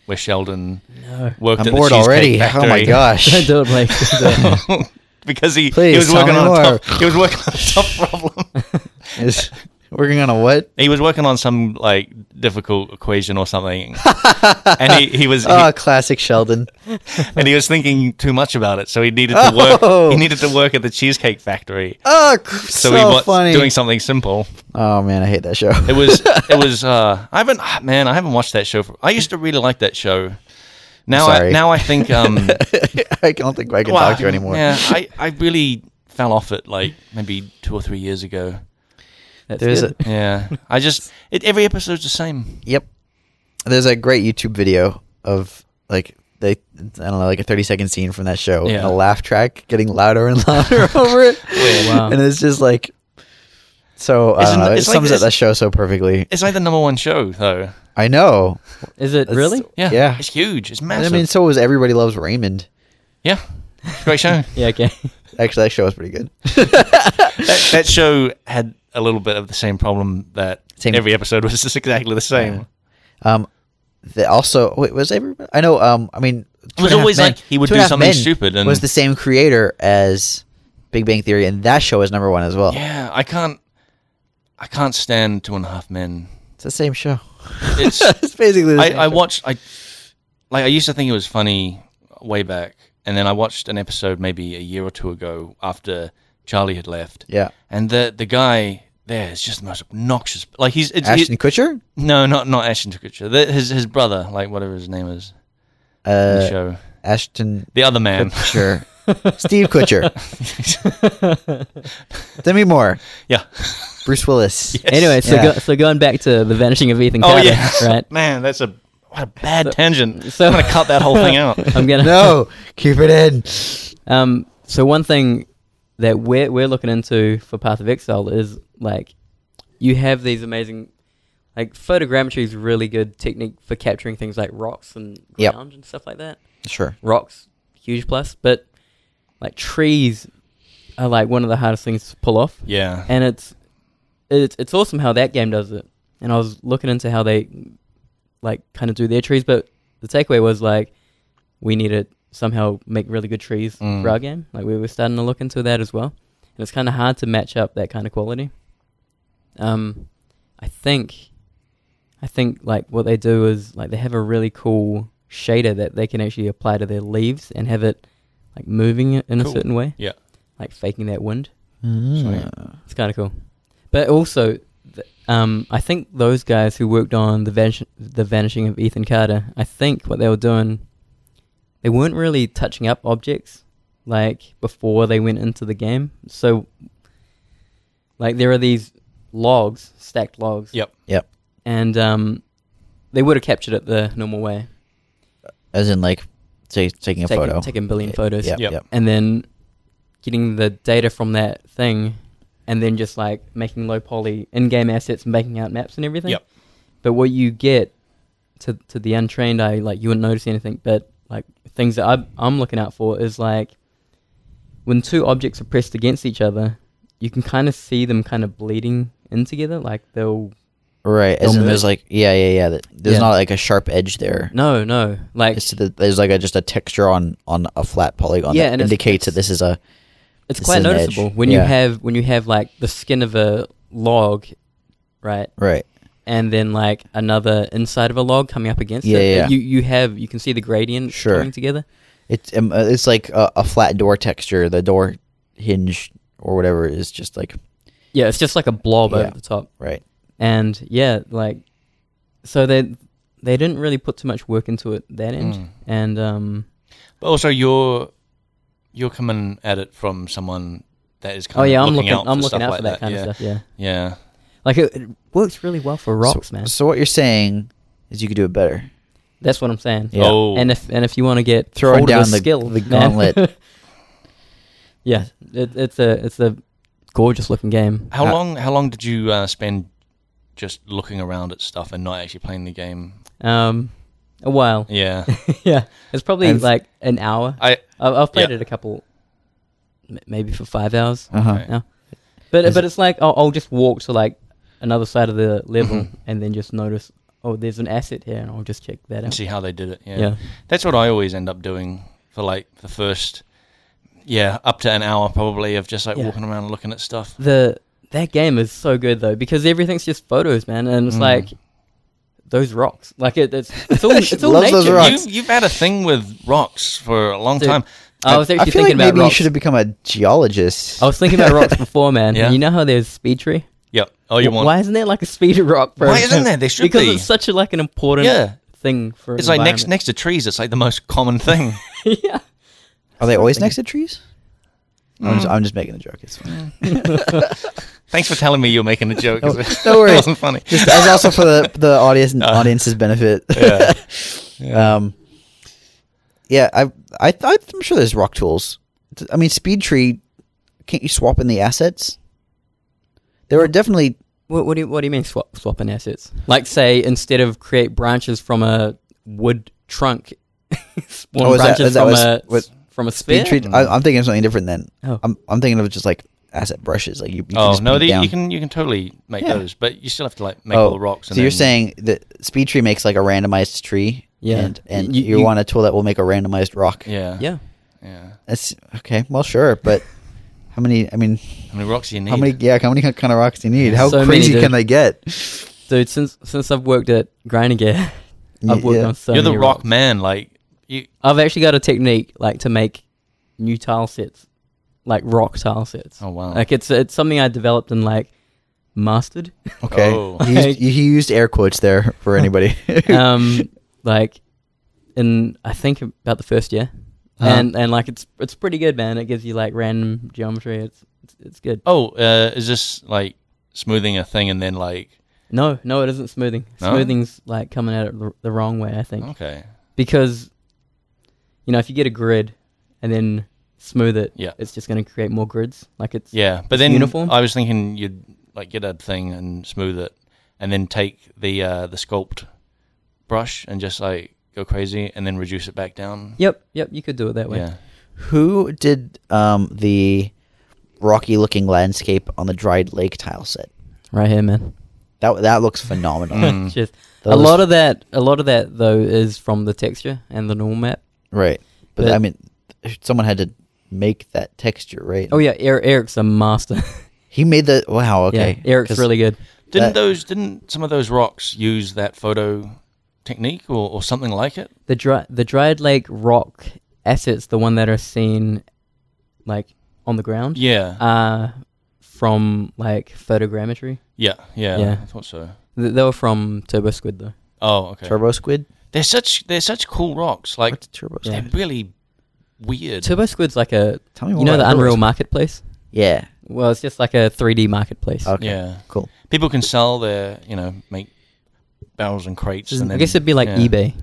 Speaker 2: where Sheldon
Speaker 3: No.
Speaker 2: worked
Speaker 1: I'm
Speaker 2: at
Speaker 1: bored
Speaker 2: the Cheesecake
Speaker 1: already. Oh my
Speaker 2: Factory.
Speaker 3: [LAUGHS]
Speaker 1: gosh.
Speaker 3: Don't do it, Blake. Don't do it.
Speaker 2: [LAUGHS] because he,
Speaker 1: Please,
Speaker 2: he was
Speaker 1: tell
Speaker 2: working
Speaker 1: me
Speaker 2: on a
Speaker 1: more.
Speaker 2: tough, [LAUGHS] he was working on a tough problem.
Speaker 1: [LAUGHS] [LAUGHS] Is- working on a
Speaker 2: [LAUGHS]
Speaker 1: what?
Speaker 2: He was working on some like difficult equation or
Speaker 1: [LAUGHS]
Speaker 2: something, and he, he was he-
Speaker 1: Oh, classic Sheldon.
Speaker 2: and he was thinking too much about it. So he needed to work.
Speaker 1: Oh.
Speaker 2: He needed to work at the cheesecake factory.
Speaker 1: Oh, cr-
Speaker 2: So,
Speaker 1: so,
Speaker 2: he was
Speaker 1: funny.
Speaker 2: doing something simple.
Speaker 1: oh man, I hate that show. [LAUGHS]
Speaker 2: It was it was. Uh, I haven't ah, man. I haven't watched that show. For, I used to really like that show. Now I
Speaker 1: Sorry.
Speaker 2: now I
Speaker 1: [LAUGHS]
Speaker 2: think um.
Speaker 1: I don't think I can
Speaker 2: well,
Speaker 1: talk to you anymore.
Speaker 2: Yeah, I I really fell off it like maybe two or three years ago.
Speaker 3: That's
Speaker 1: There's
Speaker 3: good.
Speaker 2: Yeah, I just it, every episode's the
Speaker 1: [LAUGHS]
Speaker 2: same.
Speaker 1: Yep. There's a great YouTube video of like they I don't know like a 30 second scene from that show
Speaker 2: Yeah.
Speaker 1: and
Speaker 2: Oh,
Speaker 1: a laugh track getting louder and [LAUGHS]
Speaker 2: [LAUGHS]
Speaker 1: louder over it.
Speaker 3: wow.
Speaker 1: And it's just like so I
Speaker 2: It's
Speaker 1: don't
Speaker 2: n-
Speaker 1: know, it
Speaker 2: it's like
Speaker 1: sums up
Speaker 2: this-
Speaker 1: that show so perfectly.
Speaker 2: It's like the number one show though.
Speaker 1: I know.
Speaker 3: [LAUGHS] Is it
Speaker 1: That's-
Speaker 3: really?
Speaker 2: Yeah,
Speaker 1: Yeah.
Speaker 2: it's huge. It's
Speaker 1: And I
Speaker 2: massive.
Speaker 1: mean, so was Everybody Loves Raymond.
Speaker 2: yeah, great show.
Speaker 3: [LAUGHS] Yeah. Okay.
Speaker 1: Actually, that show was pretty good.
Speaker 2: [LAUGHS] that,
Speaker 1: [LAUGHS]
Speaker 2: that show had a little bit of the same problem that
Speaker 1: Same-
Speaker 2: every episode was [LAUGHS] just exactly the same.
Speaker 1: Um, they also wait, was everybody? I know. Um, I mean,
Speaker 2: It was
Speaker 1: Two and a Half
Speaker 2: always
Speaker 1: Men-
Speaker 2: like he would
Speaker 1: Two
Speaker 2: do
Speaker 1: and a Half
Speaker 2: something
Speaker 1: Men
Speaker 2: stupid and-
Speaker 1: was the same creator as Big Bang Theory, and that show is number one as well.
Speaker 2: Yeah, I can't, I can't stand Two and a
Speaker 1: [LAUGHS]
Speaker 2: Half Men.
Speaker 1: It's the same show.
Speaker 2: It's
Speaker 1: it's basically the
Speaker 2: I,
Speaker 1: same
Speaker 2: I
Speaker 1: show.
Speaker 2: watched I, like I used to think it was funny way back, and then I watched an episode maybe a year or two ago after Charlie had left,
Speaker 1: Yeah,
Speaker 2: and the the guy there is just the most obnoxious. Like he's it's,
Speaker 1: Ashton
Speaker 2: he-
Speaker 1: Kutcher?
Speaker 2: no, not not Ashton Kutcher. The, his his brother, like whatever his name is, in the
Speaker 1: Uh,
Speaker 2: show.
Speaker 1: Ashton
Speaker 2: The other man. [LAUGHS]
Speaker 1: Kutcher. Steve Kutcher. Demi Moore.
Speaker 2: yeah.
Speaker 1: Bruce
Speaker 2: [LAUGHS]
Speaker 1: Willis.
Speaker 3: Anyway, so
Speaker 1: Yeah.
Speaker 3: go, so going back to the vanishing of Ethan
Speaker 2: Oh
Speaker 3: Carter,
Speaker 2: yeah.
Speaker 3: right?
Speaker 2: Man, that's a what a bad tangent.
Speaker 3: so-
Speaker 2: [LAUGHS] I'm gonna cut that whole thing [LAUGHS] out.
Speaker 3: [LAUGHS] I'm gonna
Speaker 1: No, keep it in.
Speaker 3: Um, so one thing that we're we're looking into for Path of Exile is like you have these amazing like photogrammetry is really good technique for capturing things like rocks and
Speaker 1: Yep.
Speaker 3: ground and stuff like that.
Speaker 1: Sure.
Speaker 3: Rocks, huge plus, but like trees are like one of the hardest things to pull off.
Speaker 2: Yeah.
Speaker 3: And it's it's it's awesome how that game does it. And I was looking into how they like kind of do their trees, but the takeaway was like we need to somehow make really good trees
Speaker 2: Mm.
Speaker 3: for our game. Like we were starting to look into that as well. And it's kind of hard to match up that kind of quality. Um I think I think like what they do is like they have a really cool shader that they can actually apply to their leaves and have it like moving it in
Speaker 2: Cool.
Speaker 3: a certain way,
Speaker 2: Yeah.
Speaker 3: like faking that wind.
Speaker 1: Mm.
Speaker 3: It's kind of cool. But also, th- um, I think those guys who worked on the vanish- the vanishing of Ethan Carter, I think what they were doing, they weren't really touching up objects like before they went into the game. So, like there are these logs, stacked logs,
Speaker 2: Yep.
Speaker 1: Yep.
Speaker 3: and um, they would have captured it the normal way,
Speaker 1: As in, like, say, taking a
Speaker 3: taking,
Speaker 1: photo.
Speaker 3: taking a billion photos,
Speaker 1: Yep.
Speaker 2: Yep.
Speaker 1: Yep.
Speaker 3: and then getting the data from that thing and then just like making low poly in game assets and making out maps and everything.
Speaker 2: Yep.
Speaker 3: But what you get to to the untrained eye, like you wouldn't notice anything, but like things that I I'm looking out for is like when two objects are pressed against each other, you can kind of see them kind of bleeding in together, like they'll
Speaker 1: Right. As
Speaker 3: Film
Speaker 1: in,
Speaker 3: it.
Speaker 1: there's like, yeah, yeah, yeah. that- There's
Speaker 3: Yeah.
Speaker 1: not like a sharp edge there.
Speaker 3: no, no, like
Speaker 1: It's the, there's like a, just a texture on on a flat polygon
Speaker 3: Yeah,
Speaker 1: that
Speaker 3: and it's-
Speaker 1: indicates that this is a
Speaker 3: it's
Speaker 1: This
Speaker 3: quite
Speaker 1: is an edge.
Speaker 3: noticeable when
Speaker 1: Yeah.
Speaker 3: you have when you have like the skin of a log, right?
Speaker 1: right.
Speaker 3: and then like another inside of a log coming up against
Speaker 1: Yeah,
Speaker 3: it.
Speaker 1: yeah.
Speaker 3: You you have you can see the gradient
Speaker 1: Sure.
Speaker 3: coming together.
Speaker 1: It's um, uh, it's like a, a flat door texture. The door hinge or whatever is just like
Speaker 3: Yeah, it's just like a blob
Speaker 1: Yeah.
Speaker 3: over the top.
Speaker 1: right.
Speaker 3: And yeah, like so they they didn't really put too much work into it that end.
Speaker 1: Hmm.
Speaker 2: Mm.
Speaker 3: And um
Speaker 2: But also, you're you're coming at it from someone that is kind
Speaker 3: oh
Speaker 2: of
Speaker 3: yeah, I'm
Speaker 2: looking
Speaker 3: looking
Speaker 2: out
Speaker 3: I'm
Speaker 2: for
Speaker 3: looking
Speaker 2: stuff
Speaker 3: out
Speaker 2: like
Speaker 3: for that, kind
Speaker 2: yeah.
Speaker 3: of stuff. Yeah,
Speaker 2: Yeah,
Speaker 3: like it, it works really well for rocks,
Speaker 1: so,
Speaker 3: man.
Speaker 1: So what you're saying is you could do it better.
Speaker 3: That's what I'm saying.
Speaker 1: Yeah.
Speaker 2: Oh.
Speaker 3: And if and if you want to get
Speaker 1: Throwing
Speaker 3: hold of
Speaker 1: down the-
Speaker 3: skill,
Speaker 1: the
Speaker 3: man.
Speaker 1: gauntlet.
Speaker 3: [LAUGHS] yeah, it, it's a it's a gorgeous looking game.
Speaker 2: How
Speaker 1: Uh,
Speaker 2: long how long did you uh, spend just looking around at stuff and not actually playing the game?
Speaker 3: Um, a while.
Speaker 2: [LAUGHS] Yeah,
Speaker 3: yeah, it's probably
Speaker 1: And-
Speaker 3: like an hour.
Speaker 2: I
Speaker 3: I've, I've played
Speaker 2: Yeah.
Speaker 3: it a couple, m- maybe for five hours.
Speaker 1: Uh huh.
Speaker 2: Okay.
Speaker 3: now. But
Speaker 1: Is
Speaker 3: but it's like I'll, I'll just walk to like another side of the level
Speaker 1: Mm-hmm.
Speaker 3: and then just notice oh there's an asset here and I'll just check that
Speaker 2: and
Speaker 3: out.
Speaker 2: see how they did it. Yeah.
Speaker 3: Yeah.
Speaker 2: that's what I always end up doing for like the first yeah up to an hour probably of just like
Speaker 3: Yeah.
Speaker 2: walking around and looking at stuff.
Speaker 3: The that game is so good though because everything's just photos, man, and it's
Speaker 2: Mm.
Speaker 3: like those rocks. Like it, it's
Speaker 1: [LAUGHS]
Speaker 3: it's all
Speaker 1: She
Speaker 3: it's all
Speaker 1: loves
Speaker 3: nature.
Speaker 1: those rocks.
Speaker 2: You, you've had a thing with rocks for a long
Speaker 3: Dude,
Speaker 2: time.
Speaker 3: I was
Speaker 1: I
Speaker 3: actually
Speaker 1: feel
Speaker 3: thinking
Speaker 1: like
Speaker 3: about
Speaker 1: maybe you
Speaker 3: rocks.
Speaker 1: should have become a geologist.
Speaker 3: I was thinking about
Speaker 1: [LAUGHS]
Speaker 3: rocks before, man.
Speaker 2: Yeah.
Speaker 3: You know how there's speed tree.
Speaker 2: Yep. Oh, you
Speaker 3: Wh-
Speaker 2: want?
Speaker 3: Why isn't there like a speed [LAUGHS] rock? Bro?
Speaker 2: Why isn't there? There should
Speaker 3: because
Speaker 2: be.
Speaker 3: it's such a like an important
Speaker 2: Yeah.
Speaker 3: thing for.
Speaker 2: It's
Speaker 3: an
Speaker 2: like next
Speaker 3: environment.
Speaker 2: next to trees. It's like the most common
Speaker 1: [LAUGHS]
Speaker 2: thing.
Speaker 3: [LAUGHS] yeah.
Speaker 1: Are they always next to trees?
Speaker 2: Mm.
Speaker 1: I'm, just, I'm just making a joke. It's fine. [LAUGHS]
Speaker 2: [LAUGHS] Thanks for telling me you're making a joke. [LAUGHS]
Speaker 1: No,
Speaker 2: that
Speaker 1: no worries.
Speaker 2: wasn't funny. Uh,
Speaker 1: Just as also for the the
Speaker 2: [LAUGHS]
Speaker 1: audience audience's benefit.
Speaker 2: yeah.
Speaker 1: Um, yeah, I, I, I, I'm sure there's rock tools. T- I mean, Speed Tree, can't you swap in the assets? There are definitely
Speaker 3: What, what do you What do you mean swap swapping assets? Like say instead of create branches from a wood trunk, [LAUGHS] spawn
Speaker 1: Oh, is that-
Speaker 3: branches
Speaker 1: is that
Speaker 3: from
Speaker 1: what
Speaker 3: a
Speaker 1: s- what-
Speaker 3: from a sphere.
Speaker 1: Speed Tree. I, I'm thinking of something different then.
Speaker 3: Oh.
Speaker 2: Um,
Speaker 1: I'm, I'm thinking of just like asset brushes. Like you, [LAUGHS] you can
Speaker 2: Oh
Speaker 1: just
Speaker 2: no,
Speaker 1: beat
Speaker 2: the,
Speaker 1: down.
Speaker 2: you can you can totally make
Speaker 1: Yeah. Oh,
Speaker 2: those, but you still have to like make all the rocks.
Speaker 1: So
Speaker 2: And
Speaker 1: you're
Speaker 2: then-
Speaker 1: saying that Speed Tree makes like a randomized tree.
Speaker 3: Yeah.
Speaker 1: And, and
Speaker 3: You-
Speaker 1: you,
Speaker 3: you-
Speaker 1: want a tool that will make a randomized rock.
Speaker 2: yeah,
Speaker 3: yeah.
Speaker 2: yeah.
Speaker 1: That's okay. Well, sure, but how many? I mean,
Speaker 2: How many rocks do you need?
Speaker 1: how many? Yeah, how many [LAUGHS] kind of rocks do you need? How
Speaker 3: So many,
Speaker 1: crazy
Speaker 3: dude.
Speaker 1: can they get?
Speaker 2: [LAUGHS]
Speaker 3: Dude, since since I've worked at Grinding Gear,
Speaker 1: Y-
Speaker 3: I've worked
Speaker 1: yeah.
Speaker 3: on so
Speaker 2: you're the
Speaker 3: many
Speaker 2: rock
Speaker 3: rocks.
Speaker 2: man. Like you,
Speaker 3: I've actually got a technique like to make new tile sets, like rock tile sets.
Speaker 2: Oh, wow.
Speaker 3: Like it's it's something I developed in like mastered.
Speaker 1: Okay.
Speaker 2: Oh.
Speaker 1: He, used, he used air quotes there for
Speaker 3: [LAUGHS]
Speaker 1: anybody. [LAUGHS]
Speaker 2: [LAUGHS]
Speaker 3: um, like in I think about the first year,
Speaker 1: Uh-huh.
Speaker 3: and and like it's it's pretty good, man. It gives you like random geometry. It's it's, it's good.
Speaker 2: Oh, uh, is this like smoothing a thing and then like
Speaker 3: No, no, it isn't smoothing.
Speaker 2: No? Oh.
Speaker 3: Smoothing's like coming at it the, the wrong way, I think,
Speaker 2: okay?
Speaker 3: because you know if you get a grid and then smooth it,
Speaker 2: Yeah.
Speaker 3: it's just going to create more grids. Like it's
Speaker 2: Yeah, but then
Speaker 3: uniform?
Speaker 2: I was thinking you'd like get a thing and smooth it, and then take the uh, the sculpt brush and just like go crazy, and then reduce it back down.
Speaker 3: Yep, yep, you could do it that way.
Speaker 2: Yeah.
Speaker 1: Who did um, the rocky looking landscape on the dried lake tile set?
Speaker 3: Right here, man.
Speaker 1: That that looks phenomenal.
Speaker 2: Mm.
Speaker 3: [LAUGHS] Just a
Speaker 1: Those-
Speaker 3: lot of that a lot of that though is from the texture and the normal map.
Speaker 1: Right. But,
Speaker 3: But-
Speaker 1: I mean, someone had to make that texture, right?
Speaker 3: Oh yeah, Er Eric's a master.
Speaker 1: He made the. Wow. Okay.
Speaker 3: yeah, Eric's
Speaker 1: 'Cause
Speaker 3: really good.
Speaker 1: That-
Speaker 2: Didn't those didn't some of those rocks use that photo technique or, or something like it?
Speaker 3: The dry, the dried lake rock assets, the one that are seen like on the ground,
Speaker 2: Yeah,
Speaker 3: uh, from like photogrammetry.
Speaker 2: yeah, yeah,
Speaker 3: yeah.
Speaker 2: I thought so.
Speaker 3: Th- they were from Turbo Squid though.
Speaker 2: Oh, okay.
Speaker 1: Turbo squid.
Speaker 2: They're such they're such cool rocks. Like
Speaker 1: What's turbo
Speaker 3: Yeah.
Speaker 1: squid?
Speaker 2: they're really weird.
Speaker 3: Turbo Squid's like a
Speaker 1: Tell me
Speaker 3: you know
Speaker 1: about
Speaker 3: the
Speaker 1: Turbo
Speaker 3: Unreal
Speaker 1: Squid.
Speaker 3: Marketplace.
Speaker 1: Yeah.
Speaker 3: Well, it's just like a 3D marketplace.
Speaker 1: Okay.
Speaker 2: Yeah,
Speaker 1: Cool.
Speaker 2: people can sell their you know make barrels and crates, and
Speaker 3: I
Speaker 2: then,
Speaker 3: guess it'd be like
Speaker 2: yeah.
Speaker 3: eBay,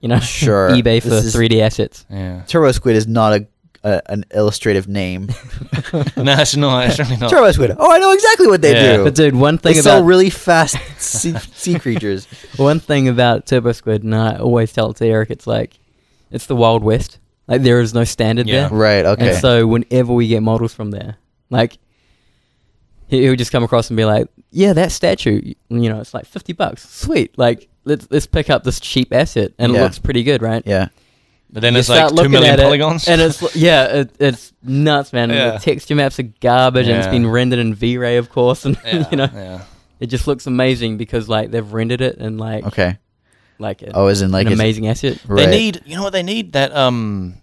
Speaker 3: you know,
Speaker 1: Sure.
Speaker 3: [LAUGHS] eBay for
Speaker 1: This is-
Speaker 3: 3D
Speaker 1: [LAUGHS]
Speaker 3: assets.
Speaker 2: Yeah, [LAUGHS]
Speaker 1: Turbo squid is not a, a an illustrative name.
Speaker 2: no, it's not. It's really not.
Speaker 1: Turbo squid. Oh, I know exactly what they
Speaker 2: Yeah.
Speaker 1: do.
Speaker 3: But dude, one
Speaker 1: they
Speaker 3: thing
Speaker 1: sell
Speaker 3: about
Speaker 1: really fast sea, sea creatures.
Speaker 3: [LAUGHS] One thing about Turbo Squid, and I always tell it to Eric, it's like it's the Wild West. Like there is no standard
Speaker 2: Yeah.
Speaker 3: there.
Speaker 1: Right. Okay.
Speaker 3: And so whenever we get models from there, like he- he'll just come across and be like, "Yeah, that statue, y- you know, it's like fifty bucks. Sweet. Like let's let's pick up this cheap asset, and
Speaker 1: Yeah.
Speaker 3: it looks pretty good, right?
Speaker 1: yeah.
Speaker 2: But then
Speaker 3: You
Speaker 2: it's
Speaker 3: start
Speaker 2: like two
Speaker 3: looking
Speaker 2: million
Speaker 3: at it,
Speaker 2: polygons,
Speaker 3: and
Speaker 2: [LAUGHS]
Speaker 3: it's l- yeah, it, it's nuts, man. And
Speaker 2: Yeah.
Speaker 3: The texture maps are garbage, and it's
Speaker 2: Yeah.
Speaker 3: been rendered in V-Ray, of course, and [LAUGHS]
Speaker 2: yeah,
Speaker 3: you know,
Speaker 2: yeah.
Speaker 3: it just looks amazing because like they've rendered it and like
Speaker 1: Okay.
Speaker 3: like it
Speaker 1: Oh, as in like
Speaker 3: an
Speaker 1: is it-
Speaker 3: amazing asset.
Speaker 1: Right.
Speaker 2: They need, you know what they need? That, um,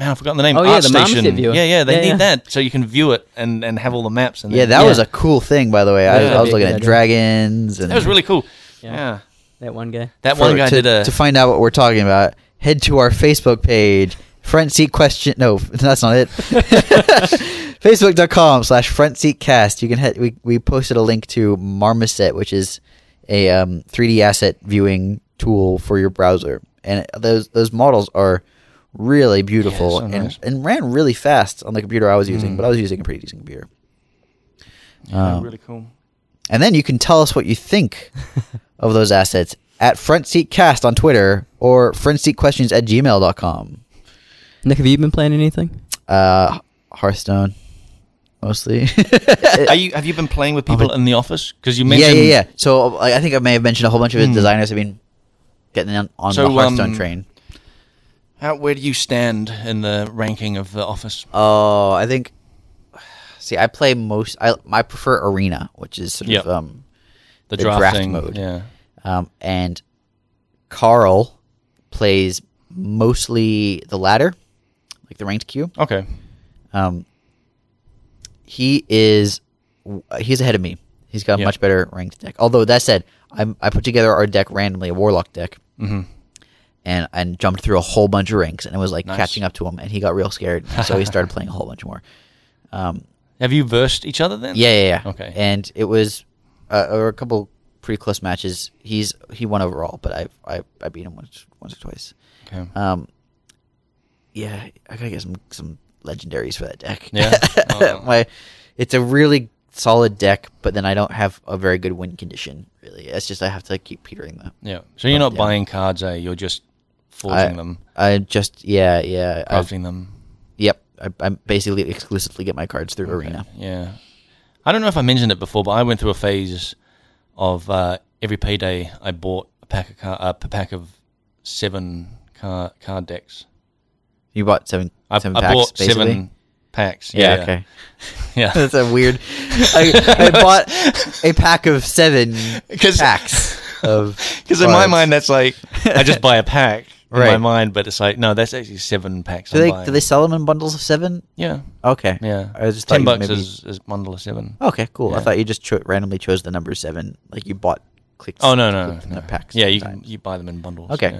Speaker 2: man, I've forgotten the name.
Speaker 3: Oh, yeah,
Speaker 2: Art
Speaker 3: the Marmoset
Speaker 2: Station.
Speaker 3: viewer.
Speaker 2: Yeah, yeah, they
Speaker 3: Yeah,
Speaker 2: need
Speaker 3: yeah.
Speaker 2: that so you can view it and, and have all the maps. And
Speaker 1: Yeah,
Speaker 2: then-
Speaker 1: that was
Speaker 3: Yeah.
Speaker 1: a cool thing, by the way. I,
Speaker 2: Yeah.
Speaker 1: I was
Speaker 3: That'd be
Speaker 1: looking
Speaker 3: a good
Speaker 1: at
Speaker 3: idea.
Speaker 1: dragons and
Speaker 2: that was really cool. Yeah.
Speaker 3: Yeah. That one guy.
Speaker 2: That
Speaker 1: For-
Speaker 2: one guy
Speaker 1: to,
Speaker 2: did a.
Speaker 1: to find out what we're talking about. Head to our Facebook page, front seat question. No, [LAUGHS] that's not it. Facebook.com slash front seat cast. You can head. We we posted a link to Marmoset, which is a um, 3D asset viewing tool for your browser, and those those models are really beautiful
Speaker 2: so
Speaker 1: and,
Speaker 2: nice.
Speaker 1: and ran really fast on the computer I was using,
Speaker 2: Mm.
Speaker 1: but I was using a pretty decent computer.
Speaker 2: yeah,
Speaker 1: um,
Speaker 2: really cool.
Speaker 1: And then you can tell us what you [LAUGHS] think of those assets at front seat cast on Twitter or front seat questions at gmail.com.
Speaker 3: Nick, have you been playing anything? [LAUGHS]
Speaker 1: Uh, Hearthstone, mostly. [LAUGHS]
Speaker 2: Are you, have you been playing with
Speaker 1: Oh,
Speaker 2: people
Speaker 1: but-
Speaker 2: in the office? Because you
Speaker 1: Uh, yeah,
Speaker 2: mentioned.
Speaker 1: yeah, yeah. So I I think I may have mentioned a whole bunch of his
Speaker 2: Hmm.
Speaker 1: designers have been getting on, on
Speaker 2: So,
Speaker 1: the Hearthstone
Speaker 2: um,
Speaker 1: train.
Speaker 2: How, where do you stand in the ranking of the office?
Speaker 1: Oh, I think. See, I play most. I I prefer Arena, which is sort
Speaker 2: Yep.
Speaker 1: of um,
Speaker 2: The,
Speaker 1: the draft
Speaker 2: drafting
Speaker 1: mode.
Speaker 2: Yeah.
Speaker 1: um, and Carl plays mostly the latter, like the ranked queue.
Speaker 2: Okay.
Speaker 1: Um, he is he's ahead of me. He's got a
Speaker 2: Yeah.
Speaker 1: much better ranked deck. Although that said, I I put together our deck randomly, a warlock deck,
Speaker 2: Mm-hmm.
Speaker 1: and and jumped through a whole bunch of ranks, and it was like
Speaker 2: Nice.
Speaker 1: catching up to him, and he got real
Speaker 2: [LAUGHS]
Speaker 1: scared, and so he started playing a whole bunch more. Um,
Speaker 2: Have you versed each other then?
Speaker 1: yeah, yeah, yeah.
Speaker 2: Okay.
Speaker 1: And it was uh, or a couple pretty close matches. He's he won overall, but I I, I beat him once once or twice.
Speaker 2: Okay.
Speaker 1: Um, yeah, I gotta get some some legendaries for that deck. [LAUGHS]
Speaker 2: Yeah? Oh.
Speaker 1: my it's a really solid deck, but then I don't have a very good win condition. Really, it's just I have to keep petering them.
Speaker 2: Yeah. So you're not
Speaker 1: Yeah.
Speaker 2: buying cards, eh? You're just forging them,
Speaker 1: I just yeah yeah I,
Speaker 2: crafting them.
Speaker 1: yep. I, I basically exclusively get my cards through Arena.
Speaker 2: Yeah. I don't know if I mentioned it before, but I went through a phase of uh, every payday I bought a pack of car, uh, a pack of seven car card decks.
Speaker 1: You bought seven
Speaker 2: I,
Speaker 1: seven
Speaker 2: I
Speaker 1: packs
Speaker 2: bought
Speaker 1: basically.
Speaker 2: seven packs.
Speaker 1: Yeah,
Speaker 2: Yeah.
Speaker 1: okay. [LAUGHS]
Speaker 2: Yeah.
Speaker 1: That's a weird.
Speaker 2: [LAUGHS]
Speaker 1: I, I bought a pack of seven
Speaker 2: 'Cause-
Speaker 1: packs of
Speaker 2: [LAUGHS] Because in my
Speaker 1: cards. [LAUGHS]
Speaker 2: mind, that's like I just buy a pack in my
Speaker 1: Right.
Speaker 2: mind, but it's like no, that's actually seven packs.
Speaker 1: Do
Speaker 2: I'm
Speaker 1: they
Speaker 2: buying.
Speaker 1: do they sell them in bundles of seven?
Speaker 2: Yeah,
Speaker 1: Okay.
Speaker 2: yeah.
Speaker 1: I was just
Speaker 2: ten
Speaker 1: thought you
Speaker 2: bucks
Speaker 1: maybe- Oh,
Speaker 2: is, is bundle of seven.
Speaker 1: Okay, cool. I
Speaker 2: Yeah.
Speaker 1: thought you just cho- randomly chose the number seven, like you bought clicks.
Speaker 2: Oh no, no,
Speaker 1: clicked in
Speaker 2: no.
Speaker 1: the packs.
Speaker 2: yeah, you can
Speaker 1: sometimes.
Speaker 2: you buy them in bundles.
Speaker 1: Okay.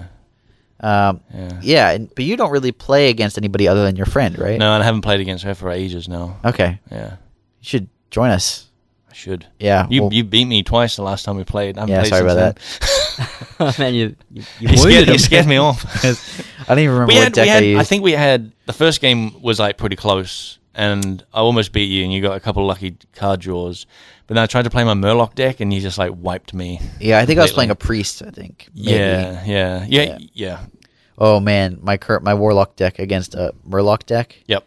Speaker 2: yeah.
Speaker 1: Um,
Speaker 2: Yeah.
Speaker 1: yeah, and, but you don't really play against anybody other than your friend, right?
Speaker 2: No, and I haven't played against her for ages now.
Speaker 1: Okay,
Speaker 2: Yeah,
Speaker 1: you should join us.
Speaker 2: I should.
Speaker 1: Yeah,
Speaker 2: You
Speaker 1: well-
Speaker 2: you beat me twice the last time we played. I haven't
Speaker 1: Yeah,
Speaker 2: played
Speaker 1: sorry
Speaker 2: since
Speaker 1: about
Speaker 2: then.
Speaker 3: Oh,
Speaker 1: [LAUGHS]
Speaker 2: [LAUGHS]
Speaker 3: Man, you you,
Speaker 2: you,
Speaker 3: you wounded
Speaker 2: scared,
Speaker 3: him.
Speaker 2: you scared me
Speaker 3: [LAUGHS]
Speaker 2: off.
Speaker 1: I don't even remember
Speaker 2: we
Speaker 1: what
Speaker 2: had,
Speaker 1: deck
Speaker 2: we had,
Speaker 1: I
Speaker 2: I
Speaker 1: used.
Speaker 2: think we had the first game was like pretty close, and I almost beat you, and you got a couple lucky card draws. But then I tried to play my Murloc deck, and you just like wiped me.
Speaker 1: yeah, I think I was playing a
Speaker 2: completely.
Speaker 1: priest. I think. maybe.
Speaker 2: Yeah, yeah, yeah,
Speaker 1: Yeah.
Speaker 2: yeah,
Speaker 1: Oh man, my cur- my warlock deck against a murloc deck
Speaker 2: Yep.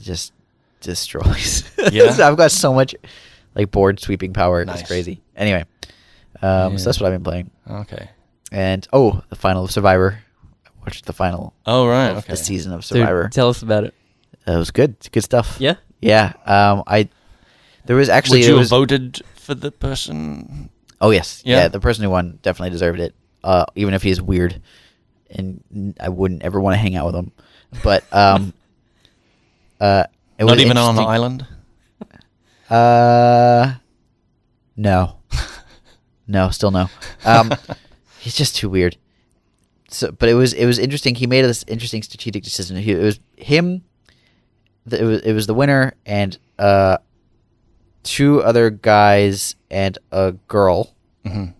Speaker 1: just destroys. [LAUGHS]
Speaker 2: Yeah.
Speaker 1: I've got so much like board sweeping power.
Speaker 2: Nice.
Speaker 1: It's crazy. Anyway, um,
Speaker 2: Yeah.
Speaker 1: so that's what I've been playing.
Speaker 2: Okay.
Speaker 1: And oh, the final of Survivor. I watched the final
Speaker 2: Oh right.
Speaker 1: of
Speaker 2: Okay.
Speaker 1: the season of
Speaker 3: Dude,
Speaker 1: Survivor.
Speaker 3: tell us about it.
Speaker 1: That was good. It's good stuff.
Speaker 3: Yeah?
Speaker 1: Yeah. Um, I there was actually
Speaker 2: Would
Speaker 1: there
Speaker 2: you
Speaker 1: was,
Speaker 2: have voted for the person?
Speaker 1: Oh yes. Yeah.
Speaker 2: Yeah.
Speaker 1: The person who won definitely deserved it. Uh, even if he is weird, and n- I wouldn't ever want to hang out with him. But
Speaker 3: [LAUGHS]
Speaker 1: um, [LAUGHS] uh, it
Speaker 2: Not
Speaker 1: was
Speaker 2: even on the
Speaker 1: interesting-
Speaker 2: island. [LAUGHS]
Speaker 1: Uh, no, no, still no. Um, he's just too weird. So, but it was it was interesting. He made this interesting strategic decision. He, it was him. th- It was it was the winner and uh, two other guys and a girl,
Speaker 2: Mhm.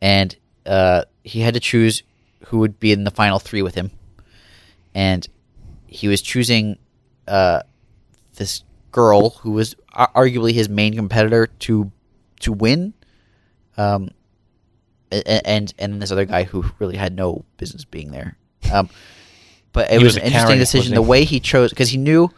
Speaker 1: and uh, he had to choose who would be in the final three with him, and he was choosing uh, this girl who was a- arguably his main competitor to to win, um, a- and and this other guy who really had no business being there. Um, but it was,
Speaker 2: He was
Speaker 1: an
Speaker 2: a
Speaker 1: interesting
Speaker 2: carrot,
Speaker 1: decision.
Speaker 2: wasn't
Speaker 1: The
Speaker 2: he?
Speaker 1: way he chose, because he knew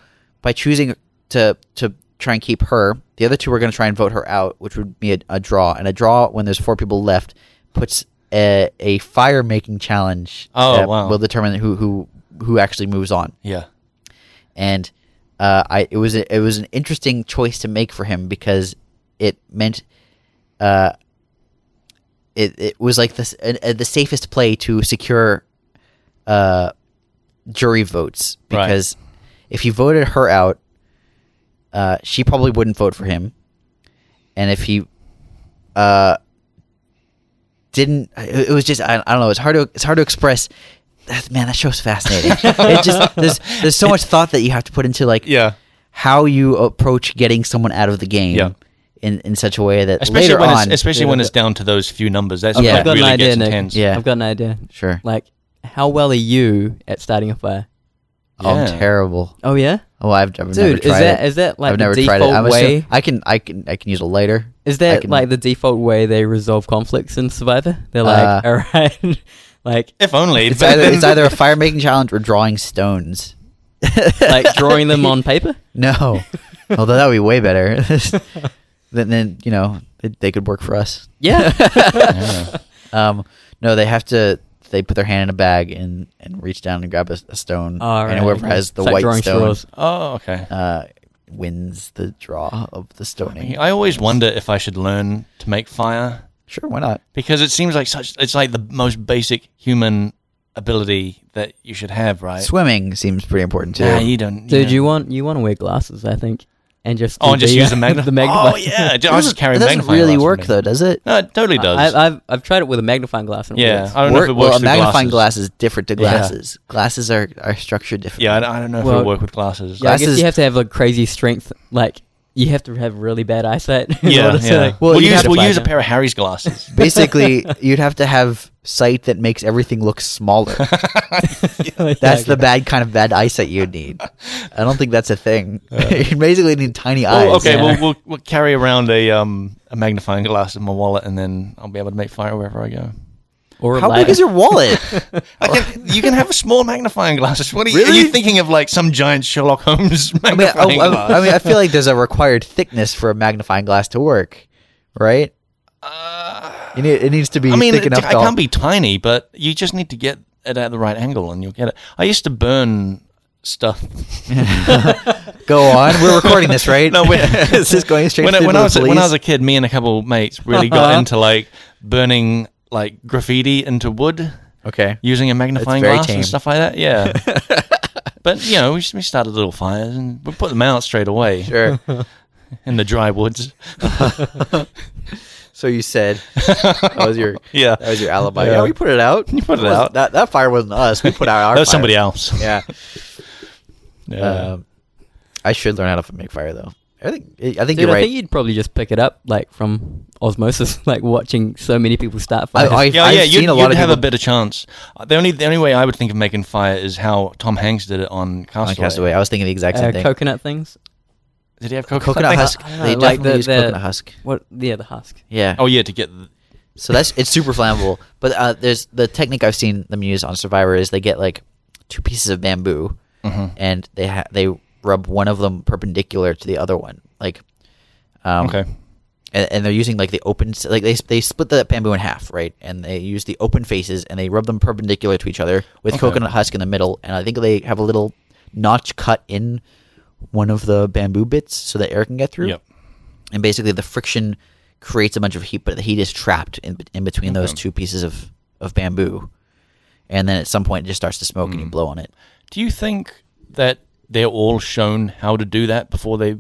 Speaker 1: by choosing to to try and keep her, the other two were going to try and vote her out, which would be a, a draw. And a draw when there's four people left puts a, a fire making challenge.
Speaker 2: Oh, wow.
Speaker 1: Will determine who who who actually moves on
Speaker 2: Yeah.
Speaker 1: and uh, I it was a, it was an interesting choice to make for him because it meant uh, it it was like this uh, uh, the safest play to secure uh, jury votes
Speaker 2: Right.
Speaker 1: because if he voted her out, uh, she probably wouldn't vote for him, and if he uh, didn't, it it was just I, I don't know. It's hard to it's hard to express. That, man, that show's fascinating. it
Speaker 3: [LAUGHS]
Speaker 1: just there's there's so much thought that you have to put into like
Speaker 2: Yeah.
Speaker 1: how you approach getting someone out of the game
Speaker 2: Yeah.
Speaker 1: in in such a way that
Speaker 2: Especially
Speaker 1: later
Speaker 2: when
Speaker 1: on,
Speaker 2: it's, especially when it's down to those few numbers. That's
Speaker 1: Yeah.
Speaker 2: yeah.
Speaker 1: I've
Speaker 2: when
Speaker 1: got an
Speaker 2: it really
Speaker 3: idea,
Speaker 2: gets
Speaker 3: Nick.
Speaker 2: intense.
Speaker 1: Yeah.
Speaker 3: I've got an idea.
Speaker 1: sure.
Speaker 3: Like, how well are you at starting a fire?
Speaker 1: Oh, I'm
Speaker 2: Yeah.
Speaker 1: terrible.
Speaker 3: Oh yeah,
Speaker 1: Oh, I've, I've never
Speaker 3: dude. Is
Speaker 1: tried
Speaker 3: that
Speaker 1: it.
Speaker 3: is that like
Speaker 1: I've
Speaker 3: the
Speaker 1: never
Speaker 3: default
Speaker 1: tried it. I'm
Speaker 3: way?
Speaker 1: assuming, I can I can I can use a lighter.
Speaker 3: Is
Speaker 1: I
Speaker 3: that
Speaker 1: can-
Speaker 3: like the default way they resolve conflicts in Survivor? They're like,
Speaker 1: Uh,
Speaker 3: all right, [LAUGHS]
Speaker 1: [LAUGHS]
Speaker 3: like
Speaker 2: If only.
Speaker 1: It's
Speaker 2: but
Speaker 1: either
Speaker 2: then-
Speaker 3: [LAUGHS]
Speaker 1: it's either a fire making challenge or drawing stones.
Speaker 3: like
Speaker 1: [LAUGHS]
Speaker 3: drawing them on paper.
Speaker 1: No, although that would be way better. then then you know they, they could work for us.
Speaker 3: [LAUGHS]
Speaker 1: [LAUGHS]
Speaker 3: Yeah.
Speaker 2: Yeah.
Speaker 1: Um, no, they have to. They put their hand in a bag and, and reach down and grab a, a stone,
Speaker 3: All right.
Speaker 1: and whoever has the
Speaker 3: It's like
Speaker 1: white
Speaker 3: drawing
Speaker 1: stone
Speaker 3: straws.
Speaker 2: [LAUGHS] Oh, okay.
Speaker 1: uh, wins the draw of the stoning.
Speaker 2: I always wonder if I should learn to make fire
Speaker 1: Sure, why not?
Speaker 2: because it seems like such. It's like the most basic human ability that you should have, right?
Speaker 1: Swimming seems pretty important too.
Speaker 2: Nah, you don't.
Speaker 3: Dude,
Speaker 2: yeah.
Speaker 3: you want you want to wear glasses, I think, and just
Speaker 2: Oh,
Speaker 3: do
Speaker 2: and just
Speaker 3: the,
Speaker 2: use
Speaker 3: [LAUGHS]
Speaker 1: [LAUGHS]
Speaker 3: uh,
Speaker 2: a magnif-
Speaker 3: the magnifying.
Speaker 2: Oh yeah, ju- I
Speaker 1: Doesn't-
Speaker 2: just carry
Speaker 1: it
Speaker 2: a
Speaker 1: doesn't
Speaker 2: magnifying
Speaker 1: really
Speaker 2: glass with
Speaker 1: work
Speaker 2: me.
Speaker 1: though, does it?
Speaker 2: No, it totally does.
Speaker 3: I, I've I've tried it with a magnifying glass. And it
Speaker 2: yeah,
Speaker 3: works.
Speaker 2: I don't know if it works
Speaker 1: well, a
Speaker 2: with
Speaker 1: magnifying
Speaker 2: glasses.
Speaker 1: glass is different to
Speaker 2: Yeah.
Speaker 1: glasses. Glasses are, are structured differently.
Speaker 2: Yeah, I don't, I don't know if
Speaker 3: Well,
Speaker 2: it'll work with glasses.
Speaker 3: Yeah, I guess
Speaker 1: Glasses-
Speaker 3: you have to have like crazy strength. Like you have to have really bad eyesight. [LAUGHS] in
Speaker 2: yeah.
Speaker 3: order to,
Speaker 2: yeah.
Speaker 1: [LAUGHS]
Speaker 3: like,
Speaker 1: Well,
Speaker 2: we'll
Speaker 1: you'd
Speaker 2: use
Speaker 1: have to
Speaker 2: we'll
Speaker 3: flag
Speaker 2: use a
Speaker 3: it.
Speaker 2: pair of Harry's
Speaker 1: [LAUGHS]
Speaker 2: glasses. [LAUGHS]
Speaker 1: Basically, you'd have to have sight that makes everything look smaller.
Speaker 2: [LAUGHS]
Speaker 3: [LAUGHS]
Speaker 1: That's the bad kind of bad eyesight you'd need. I don't think that's a thing. [LAUGHS] you basically need tiny
Speaker 2: Oh,
Speaker 1: eyes.
Speaker 2: okay,
Speaker 3: yeah.
Speaker 2: we'll, we'll we'll carry around a um a magnifying glass in my wallet, and then I'll be able to make fire wherever I go.
Speaker 3: Or a
Speaker 1: How big
Speaker 3: lighter.
Speaker 1: is your wallet?
Speaker 2: [LAUGHS] I can, you can have a small magnifying glass. What are you, are
Speaker 1: Really?
Speaker 2: you thinking of? Like some giant Sherlock Holmes [LAUGHS]
Speaker 1: I mean, oh, I,
Speaker 2: magnifying glass?
Speaker 1: I- I mean, I feel
Speaker 2: [LAUGHS]
Speaker 1: like there's a required thickness for a magnifying glass to work, right? You need, it needs to be
Speaker 2: Uh, I mean,
Speaker 1: thick
Speaker 2: it,
Speaker 1: enough.
Speaker 2: I
Speaker 1: to-
Speaker 2: can't be tiny, but you just need to get it at the right angle, and you'll get it. I used to burn stuff.
Speaker 1: Go on. We're recording this, right?
Speaker 2: [LAUGHS] No, when-
Speaker 1: [LAUGHS] is this
Speaker 2: [LAUGHS]
Speaker 1: going straight
Speaker 2: when, I-
Speaker 1: through
Speaker 2: when
Speaker 1: to
Speaker 2: I
Speaker 1: the
Speaker 2: was
Speaker 1: police?
Speaker 2: when I was a kid, me and a couple of mates really got
Speaker 3: Uh-huh.
Speaker 2: into like burning like graffiti into wood.
Speaker 1: Okay.
Speaker 2: using a magnifying
Speaker 1: very
Speaker 2: glass
Speaker 1: tame.
Speaker 2: and stuff like that.
Speaker 1: [LAUGHS]
Speaker 2: Yeah. but you know, we, we started little fires and we put them out straight away
Speaker 1: Sure.
Speaker 2: in the dry woods.
Speaker 1: so you
Speaker 2: [LAUGHS]
Speaker 1: said that was your
Speaker 2: Yeah.
Speaker 1: that was your alibi. Yeah,
Speaker 2: Yeah.
Speaker 1: we put it out.
Speaker 2: You put it
Speaker 1: That was-
Speaker 2: out.
Speaker 1: That that fire wasn't us. We put out our.
Speaker 2: that was
Speaker 1: fire.
Speaker 2: somebody else.
Speaker 1: Yeah.
Speaker 2: Yeah.
Speaker 1: Um, I should learn how to make fire though. I think I think
Speaker 3: Dude,
Speaker 1: you're
Speaker 3: I
Speaker 1: right.
Speaker 3: think you'd probably just pick it up like from osmosis, [LAUGHS] like watching so many people start
Speaker 1: I-
Speaker 3: fires.
Speaker 1: I-
Speaker 2: yeah,
Speaker 1: I've
Speaker 2: yeah, you'd,
Speaker 1: seen a lot
Speaker 2: you'd
Speaker 1: of
Speaker 2: have
Speaker 1: people-
Speaker 2: a better chance. Uh, The only the only way I would think of making fire is how Tom Hanks did it on
Speaker 1: On
Speaker 2: Castaway.
Speaker 1: Castaway, I was thinking the exact same
Speaker 3: uh,
Speaker 1: thing.
Speaker 3: coconut things. Uh,
Speaker 2: Did he have coconut,
Speaker 1: coconut
Speaker 2: things?
Speaker 1: husk.
Speaker 3: I don't know,
Speaker 1: They
Speaker 3: like
Speaker 1: definitely
Speaker 3: the-
Speaker 1: use
Speaker 3: the-
Speaker 1: coconut husk.
Speaker 3: What? Yeah, the husk.
Speaker 1: Yeah.
Speaker 2: Oh yeah, to get the,
Speaker 1: So that's it's super flammable. But uh, there's the technique I've seen them use on Survivor is they get like two pieces of bamboo
Speaker 2: Mhm.
Speaker 1: Mm-hmm. and they ha- they rub one of them perpendicular to the other one, like um,
Speaker 2: okay.
Speaker 1: And, and they're using like the open s- like they they split that bamboo in half, right? And they use the open faces and they rub them perpendicular to each other with
Speaker 2: Okay.
Speaker 1: coconut husk in the middle. And I think they have a little notch cut in one of the bamboo bits so that air can get through
Speaker 2: Yep.
Speaker 1: and basically the friction creates a bunch of heat, but the heat is trapped in, in between those
Speaker 2: Okay.
Speaker 1: two pieces of, of bamboo. And then at some point, it just starts to smoke,
Speaker 2: Hmm.
Speaker 1: and you blow on it.
Speaker 2: Do you think that they're all shown how to do that before they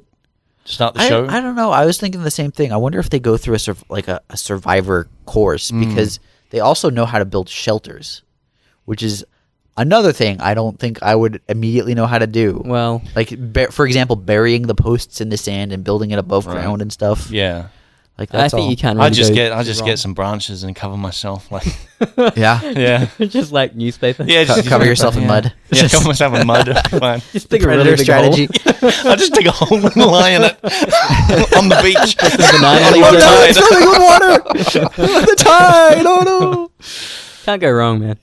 Speaker 2: start the
Speaker 1: I,
Speaker 2: show?
Speaker 1: I don't know. I was thinking the same thing. I wonder if they go through a sur- like a, a survivor course
Speaker 2: Mm.
Speaker 1: because they also know how to build shelters, which is another thing I don't think I would immediately know how to do.
Speaker 3: Well,
Speaker 1: like bu- for example, burying the posts in the sand and building it above
Speaker 2: Right.
Speaker 1: ground and stuff.
Speaker 2: yeah.
Speaker 1: Like
Speaker 3: I
Speaker 1: that's
Speaker 3: think
Speaker 1: all.
Speaker 3: you can't. Really
Speaker 2: I just
Speaker 3: go
Speaker 2: get I just
Speaker 3: wrong.
Speaker 2: get some branches and cover myself like
Speaker 1: Yeah,
Speaker 2: [LAUGHS] yeah
Speaker 3: [LAUGHS] just like newspaper.
Speaker 2: yeah
Speaker 1: Co- cover yourself in
Speaker 2: yeah.
Speaker 1: mud.
Speaker 2: yeah cover myself in
Speaker 1: [LAUGHS]
Speaker 2: mud It'll be fine.
Speaker 3: [LAUGHS] Just dig a
Speaker 1: predator
Speaker 3: really big hole.
Speaker 2: [LAUGHS]
Speaker 3: [LAUGHS]
Speaker 1: strategy. [LAUGHS]
Speaker 2: I just dig a hole and lie in it [LAUGHS] on the
Speaker 1: [LAUGHS]
Speaker 2: beach [LAUGHS]
Speaker 3: banana
Speaker 2: On the
Speaker 3: leaves
Speaker 1: Oh, no,
Speaker 2: tide.
Speaker 1: it's filling with water. [LAUGHS] the tide. Oh
Speaker 2: [LAUGHS]
Speaker 1: no.
Speaker 3: Can't go wrong, man.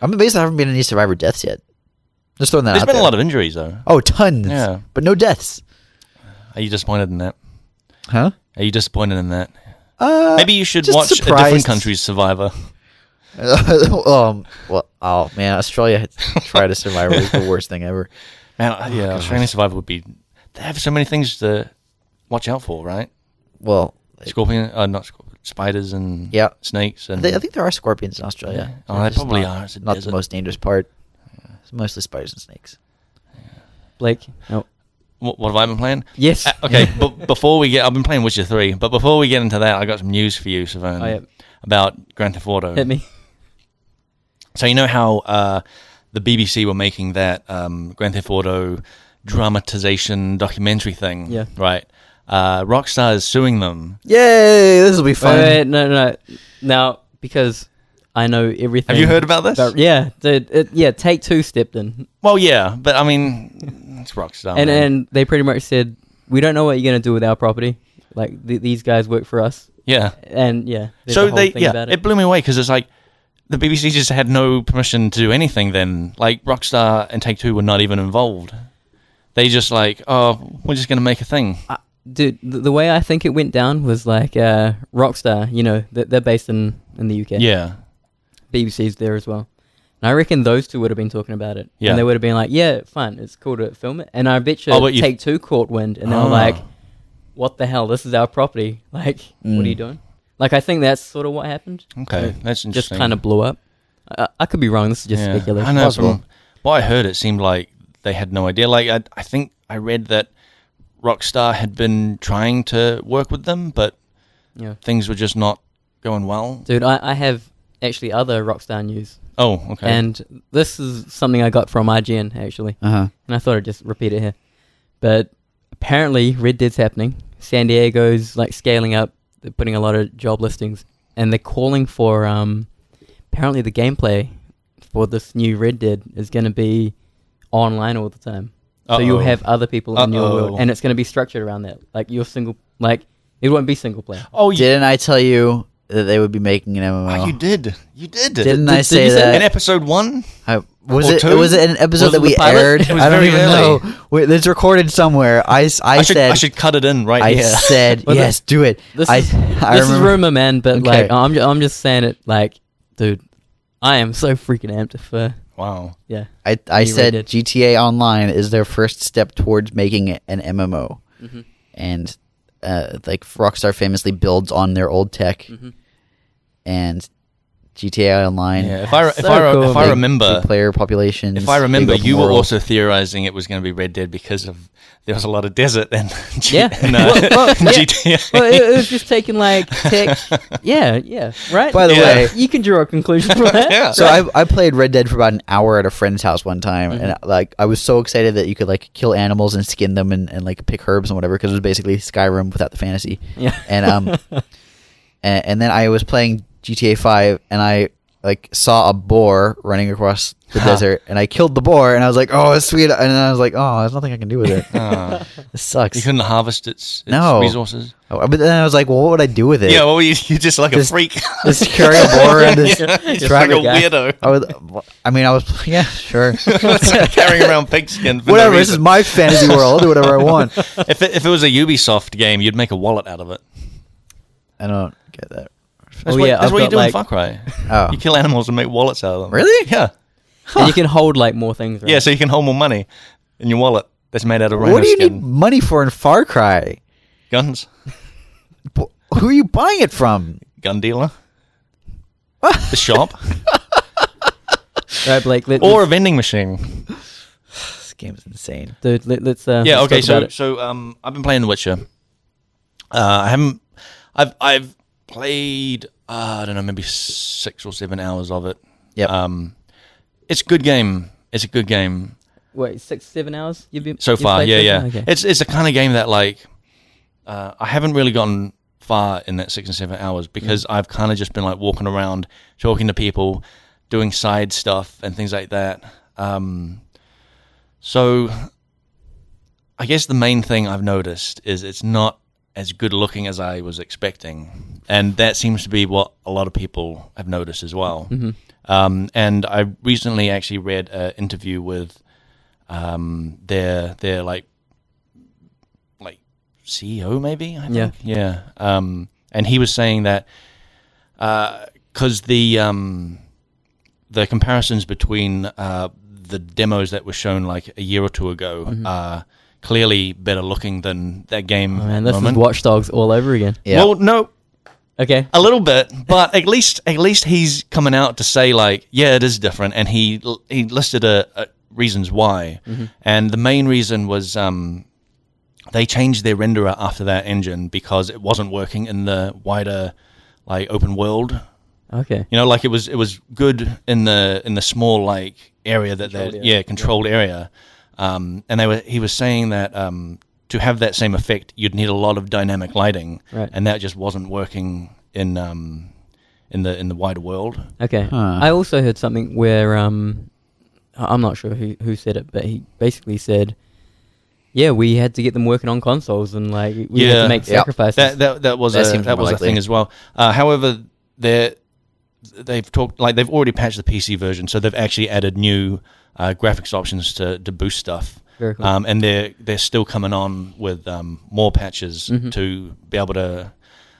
Speaker 1: I'm amazed I haven't been in any survivor deaths yet. Just throwing that
Speaker 2: There's
Speaker 1: out
Speaker 2: been
Speaker 1: there.
Speaker 2: a lot of injuries though.
Speaker 1: oh, tons.
Speaker 2: Yeah.
Speaker 1: But no deaths.
Speaker 2: Are you disappointed in that?
Speaker 1: Huh?
Speaker 2: Are you disappointed in that?
Speaker 1: Uh,
Speaker 2: Maybe you should
Speaker 1: just
Speaker 2: watch a different
Speaker 1: surprised.
Speaker 2: country's Survivor.
Speaker 1: [LAUGHS] um. Well, oh man, Australia try to survive is the worst thing ever.
Speaker 2: Man, I- yeah, Oh, Australian Survivor would be. They have so many things to watch out for, right?
Speaker 1: Well,
Speaker 2: Scorpion, uh, not scorpion, spiders and
Speaker 1: Yeah.
Speaker 2: snakes and
Speaker 1: they, I think there are scorpions in Australia.
Speaker 2: Oh,
Speaker 1: They're
Speaker 2: they
Speaker 1: just
Speaker 2: probably
Speaker 1: not,
Speaker 2: are. It's a
Speaker 1: not the
Speaker 2: desert.
Speaker 1: most dangerous part. It's mostly spiders and snakes.
Speaker 3: Blake. No.
Speaker 2: What, what have I been playing?
Speaker 3: Yes.
Speaker 2: Uh,
Speaker 3: [LAUGHS]
Speaker 2: okay, but before we get, I've been playing Witcher Three. But before we get into that, I got some news for you, Savon,
Speaker 3: Oh, yeah.
Speaker 2: about Grand Theft Auto.
Speaker 3: Hit me. [LAUGHS]
Speaker 2: So you know how uh, the BBC were making that um, Grand Theft Auto dramatization documentary thing,
Speaker 3: Yeah.
Speaker 2: right? Uh, Rockstar is suing them.
Speaker 1: Yay! This will be
Speaker 3: Wait,
Speaker 1: fun.
Speaker 3: wait, no, no, no. Now, because I know everything.
Speaker 2: Have you heard about this?
Speaker 3: about- yeah, dude. It, yeah, Take Two stepped in,
Speaker 2: Well, yeah, but I mean, it's Rockstar.
Speaker 3: and
Speaker 2: Oh, man.
Speaker 3: and they pretty much said, "We don't know what you're gonna do with our property. Like th- these guys work for us."
Speaker 2: yeah.
Speaker 3: And yeah, there's a
Speaker 2: So
Speaker 3: whole
Speaker 2: they
Speaker 3: thing
Speaker 2: yeah,
Speaker 3: about
Speaker 2: it. blew me away because it's like the BBC just had no permission to do anything. Then like Rockstar and Take Two were not even involved. They just like, oh, we're just gonna make a thing.
Speaker 3: I- dude, the, the way I think it went down was like uh, Rockstar. You know, they're, they're based in in the UK.
Speaker 2: Yeah,
Speaker 3: BBC's there as well. And I reckon those two would have been talking about it.
Speaker 2: Yeah.
Speaker 3: And they would have been like, yeah, fine, it's cool to film it. And I bet you
Speaker 2: Oh, but you-
Speaker 3: Take Two caught wind and they
Speaker 2: Oh.
Speaker 3: were like, what the hell? This is our property. Like, what
Speaker 1: Mm.
Speaker 3: are you doing? Like, I think that's sort of what happened.
Speaker 2: okay, that's interesting.
Speaker 3: uh, Just kind of blew up. I, I could be wrong. This is just
Speaker 2: Yeah. I
Speaker 3: speculation.
Speaker 2: know
Speaker 1: Possible.
Speaker 2: from what I heard, it seemed like they had no idea. Like I, I think I read that Rockstar had been trying to work with them, but
Speaker 3: Yeah.
Speaker 2: things were just not going well.
Speaker 3: Dude, I, I have actually other Rockstar news.
Speaker 2: Oh, okay.
Speaker 3: And this is something I got from IGN, actually.
Speaker 1: Uh huh.
Speaker 3: and I thought I'd just repeat it here. But apparently, Red Dead's happening. San Diego's like scaling up. They're putting a lot of job listings, and they're calling for um. Apparently, the gameplay for this new Red Dead is going to be online all the time. So you'll
Speaker 2: Uh-oh.
Speaker 3: have other people in your world,
Speaker 2: Uh-oh.
Speaker 3: and it's going to be structured around that. Like your single, like it won't be single player.
Speaker 2: oh, you,
Speaker 1: Didn't I tell you that they would be making an MMO?
Speaker 2: oh, you did, you did.
Speaker 1: Didn't
Speaker 3: did-
Speaker 1: I
Speaker 3: did
Speaker 1: say
Speaker 3: you say
Speaker 1: that?
Speaker 2: in episode one?
Speaker 1: I, was
Speaker 2: Or
Speaker 1: it
Speaker 2: two?
Speaker 1: was it an episode
Speaker 3: Was it
Speaker 1: that
Speaker 3: the
Speaker 1: we
Speaker 3: pilot?
Speaker 1: aired?
Speaker 2: It was
Speaker 1: I don't
Speaker 2: very
Speaker 1: even
Speaker 2: early.
Speaker 1: know. Wait, it's recorded somewhere. I, s- I
Speaker 2: I, should
Speaker 1: said
Speaker 2: I should cut it in right
Speaker 1: I
Speaker 2: here.
Speaker 1: said
Speaker 3: Was it-
Speaker 1: yes, do it. [LAUGHS]
Speaker 3: This
Speaker 1: I,
Speaker 3: is
Speaker 1: I
Speaker 3: this is
Speaker 1: remember-
Speaker 3: rumor, man. But
Speaker 1: Okay.
Speaker 3: like, I'm ju- I'm just saying it. Like, dude, I am so freaking amped for
Speaker 2: wow.
Speaker 3: yeah.
Speaker 1: I, I
Speaker 3: You
Speaker 1: said
Speaker 3: redid.
Speaker 1: GTA Online is their first step towards making it an MMO,
Speaker 2: Mm-hmm,
Speaker 1: and
Speaker 3: Mm.
Speaker 2: mm-hmm.
Speaker 1: uh, like Rockstar famously builds on their old tech, and GTA Online.
Speaker 2: Yeah, if I if
Speaker 3: So
Speaker 2: I re-
Speaker 3: cool,
Speaker 2: if I
Speaker 1: Big-
Speaker 2: remember
Speaker 1: big player population.
Speaker 2: if I remember, you were also theorizing it was going to be Red Dead because of there was a lot of desert in, [LAUGHS] G-
Speaker 3: Yeah.
Speaker 2: in, uh,
Speaker 3: Well,
Speaker 2: [LAUGHS]
Speaker 3: well, yeah.
Speaker 2: GTA.
Speaker 3: well, it, it was just taking like
Speaker 2: [LAUGHS]
Speaker 3: tech. yeah, yeah, right.
Speaker 1: By the
Speaker 2: Yeah.
Speaker 1: way,
Speaker 3: you can draw a conclusion from that.
Speaker 2: Yeah.
Speaker 1: so I, I played Red Dead for about an hour at a friend's house one time,
Speaker 3: Mm-hmm.
Speaker 1: and like I was so excited that you could like kill animals and skin them and, and like pick herbs and whatever because it was basically Skyrim without the fantasy.
Speaker 3: [LAUGHS] Yeah.
Speaker 1: [LAUGHS] And
Speaker 3: [LAUGHS]
Speaker 1: um, and, and then I was playing GTA Five, and I like saw a boar running across the desert, and I killed the boar, and I was like, oh, it's sweet, and then I was like, oh, there's nothing I can do with it.
Speaker 2: [LAUGHS] Oh.
Speaker 1: This sucks.
Speaker 2: you couldn't harvest its, its
Speaker 1: No.
Speaker 2: resources.
Speaker 1: Oh, but then I was like, well, what would I do with it?
Speaker 2: Yeah, well, you, you're just like
Speaker 1: Just-
Speaker 2: a freak.
Speaker 1: [LAUGHS] Just carry a
Speaker 2: [LAUGHS]
Speaker 1: boar and this.
Speaker 2: Yeah, you're just like
Speaker 1: traffic
Speaker 2: a
Speaker 1: guy.
Speaker 2: weirdo.
Speaker 1: I was. I mean, I was. [LAUGHS] Yeah, sure.
Speaker 2: It's like [LAUGHS] carrying around pigskin. For
Speaker 1: whatever.
Speaker 2: No
Speaker 1: this is
Speaker 2: reason.
Speaker 1: my fantasy world. I'll do
Speaker 2: [LAUGHS]
Speaker 1: whatever I want.
Speaker 2: if it, if it was a Ubisoft game, you'd make a wallet out of it.
Speaker 1: Oh, I don't get that.
Speaker 2: That's
Speaker 3: Oh,
Speaker 2: what,
Speaker 3: yeah,
Speaker 2: that's
Speaker 3: I've
Speaker 2: what you
Speaker 3: got,
Speaker 2: do
Speaker 3: like-
Speaker 2: in
Speaker 1: [LAUGHS]
Speaker 2: Far Cry.
Speaker 1: Oh.
Speaker 2: um, You kill animals and make wallets out of them.
Speaker 1: Really?
Speaker 2: Yeah.
Speaker 3: And you can hold like more things. Right?
Speaker 2: Yeah, so you can hold more money in your wallet that's made out of rhino
Speaker 1: What do you
Speaker 2: skin.
Speaker 1: need money for in Far Cry?
Speaker 2: Guns.
Speaker 1: B- Who are you buying it from? [LAUGHS]
Speaker 2: Gun dealer. the shop.
Speaker 3: right, Blake. Let,
Speaker 2: Or a
Speaker 3: let's,
Speaker 2: vending machine.
Speaker 1: This game's insane.
Speaker 3: dude, let, let's. Uh,
Speaker 2: Yeah,
Speaker 3: let's
Speaker 2: okay,
Speaker 3: talk about
Speaker 2: so
Speaker 3: it.
Speaker 2: so um I've been playing The Witcher. Uh I haven't I've I've played uh, I don't know, maybe six or seven hours of it.
Speaker 1: Yep.
Speaker 2: Um it's a good game. It's a good game.
Speaker 3: wait, six, seven hours. You've been
Speaker 2: so
Speaker 3: you've
Speaker 2: far.
Speaker 3: played
Speaker 2: Yeah,
Speaker 3: so
Speaker 2: yeah.
Speaker 3: far? Okay.
Speaker 2: It's it's the kind of game that like uh, I haven't really gotten far in that six and seven hours
Speaker 3: Mm.
Speaker 2: because I've kind of just been like walking around, talking to people, doing side stuff and things like that. Um, so I guess the main thing I've noticed is it's not as good looking as I was expecting, and that seems to be what a lot of people have noticed as well.
Speaker 3: Mm-hmm.
Speaker 2: Um, and I recently actually read an interview with um, their their like like CEO maybe I think
Speaker 3: Yeah.
Speaker 2: yeah um, and he was saying that because the um, the comparisons between uh, the demos that were shown like a year or two ago are clearly better looking than that game.
Speaker 3: Mm-hmm. Oh,
Speaker 2: at
Speaker 3: man,
Speaker 2: the
Speaker 3: this is
Speaker 2: moment.
Speaker 3: Watch Dogs all over again.
Speaker 1: Yeah.
Speaker 2: Well, no,
Speaker 3: Okay.
Speaker 2: a little bit, but at least at least he's coming out to say like, yeah, it is different, and he he listed a, a reasons why,
Speaker 3: Mm-hmm.
Speaker 2: and the main reason was um, they changed their renderer after that engine because it wasn't working in the wider like open world.
Speaker 3: Okay.
Speaker 2: You know, like it was it was good in the in the small like area that they
Speaker 3: Controlled area.
Speaker 2: yeah controlled area, um, and they were he was saying that. Um, to have that same effect, you'd need a lot of dynamic lighting,
Speaker 3: Right.
Speaker 2: and that just wasn't working in um, in the in the wider world.
Speaker 3: Okay.
Speaker 1: Huh.
Speaker 3: I also heard something where um, I- I'm not sure who who said it, but he basically said, "Yeah, we had to get them working on consoles and like we had
Speaker 2: Yeah.
Speaker 3: to make
Speaker 1: Yep.
Speaker 3: sacrifices."
Speaker 2: That that, that was
Speaker 1: That
Speaker 2: a
Speaker 1: seems
Speaker 2: that
Speaker 1: more
Speaker 2: was a
Speaker 1: likely.
Speaker 2: thing as well. Uh, however, they they've talked like they've already patched the PC version, so they've actually added new uh, graphics options to, to boost stuff.
Speaker 3: Very cool.
Speaker 2: Um, and they're they're still coming on with um, more patches
Speaker 1: Mm-hmm.
Speaker 2: to be able to.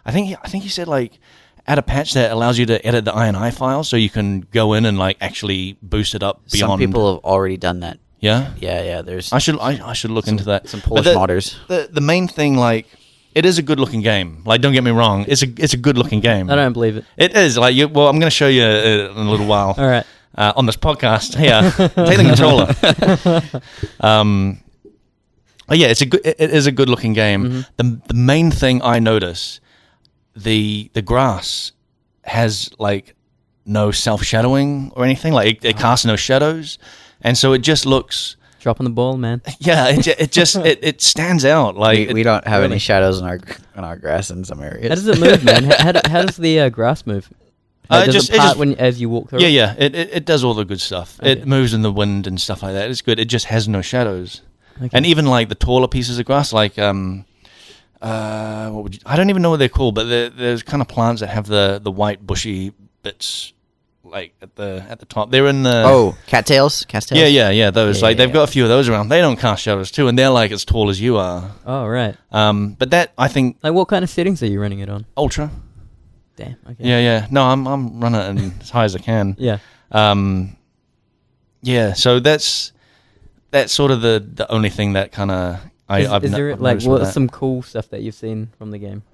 Speaker 2: I think he- I think he said like add a patch that allows you to edit the INI file, so you can go in and like actually boost it up beyond.
Speaker 1: Some people have already done that.
Speaker 2: yeah,
Speaker 1: Yeah, yeah. There's
Speaker 2: I should I, I should look into that.
Speaker 1: some
Speaker 2: But
Speaker 1: Polish
Speaker 2: the,
Speaker 1: modders.
Speaker 2: The the main thing like it is a good looking game. Like don't get me wrong, it's a it's a good looking game.
Speaker 3: I don't believe it.
Speaker 2: It is like you. Well, I'm going to show you uh, in a little while
Speaker 3: All right.
Speaker 2: uh, on this podcast. Here, take the controller. um, but yeah, it's a good. It it is a good looking game. The the main thing I notice the the grass has like no self shadowing or anything. Like it, it casts no shadows, and so it just looks.
Speaker 3: Dropping the ball,
Speaker 2: [LAUGHS]
Speaker 3: man.
Speaker 2: Yeah, it, ju- it just it, it stands out like
Speaker 1: we,
Speaker 2: it-
Speaker 1: we don't have any
Speaker 3: really.
Speaker 1: shadows on our on our grass in some
Speaker 3: How does
Speaker 1: areas.
Speaker 3: it move, man? How, how, do- how does the uh, grass move?
Speaker 2: Uh,
Speaker 3: How
Speaker 2: it
Speaker 3: does
Speaker 2: just-
Speaker 3: it
Speaker 2: it
Speaker 3: part
Speaker 2: just-
Speaker 3: when as you walk through?
Speaker 2: Yeah,
Speaker 3: it?
Speaker 2: yeah. It, it it does all the good stuff.
Speaker 3: Okay.
Speaker 2: It moves in the wind and stuff like that. It's good. It just has no shadows.
Speaker 3: Okay.
Speaker 2: And e even like the taller pieces of grass, like um, uh, what would you, I don't even know what they're called, but they're, there's kind of plants that have the the white bushy bits, like at the at the top. They're in the
Speaker 1: oh, cattails, cattails.
Speaker 2: yeah yeah yeah those
Speaker 1: Yeah,
Speaker 2: like
Speaker 1: yeah,
Speaker 2: they've got a few of those around. They don't cast shadows too, and they're like as tall as you are.
Speaker 3: Oh right.
Speaker 2: Um, but that I think
Speaker 3: Like what kind of settings are you running it on?
Speaker 2: ultra.
Speaker 3: Damn. Okay.
Speaker 2: Yeah yeah. No, I'm I'm running it in as high as I can.
Speaker 3: Yeah.
Speaker 2: um yeah so that's that's sort of the the only thing that kind of i
Speaker 3: is,
Speaker 2: i've
Speaker 3: is
Speaker 2: no-
Speaker 3: there
Speaker 2: I've
Speaker 3: like
Speaker 2: noticed with
Speaker 3: what's
Speaker 2: that.
Speaker 3: some cool stuff that you've seen from the game?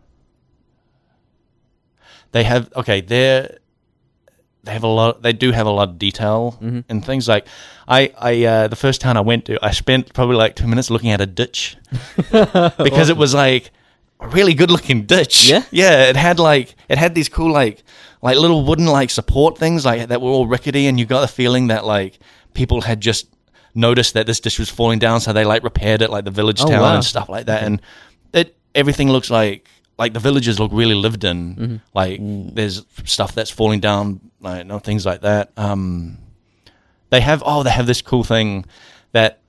Speaker 2: they have okay they're they have a lot. They do have a lot of detail
Speaker 3: Mhm.
Speaker 2: and things like I. I uh, the first town I went to, I spent probably like two minutes looking at a
Speaker 3: [LAUGHS]
Speaker 2: ditch because it was like a really good looking ditch.
Speaker 3: Yeah?
Speaker 2: yeah. It had like it had these cool like like little wooden like support things like that were all rickety, and you got the feeling that like people had just noticed that this ditch was falling down, so they like repaired it, like the village
Speaker 3: Oh,
Speaker 2: town
Speaker 3: wow.
Speaker 2: and stuff like that, and it everything looks like like the villages look really lived in.
Speaker 3: Mm-hmm.
Speaker 2: Like there's stuff that's falling down, like no things like that. Um, they have oh they have this cool thing that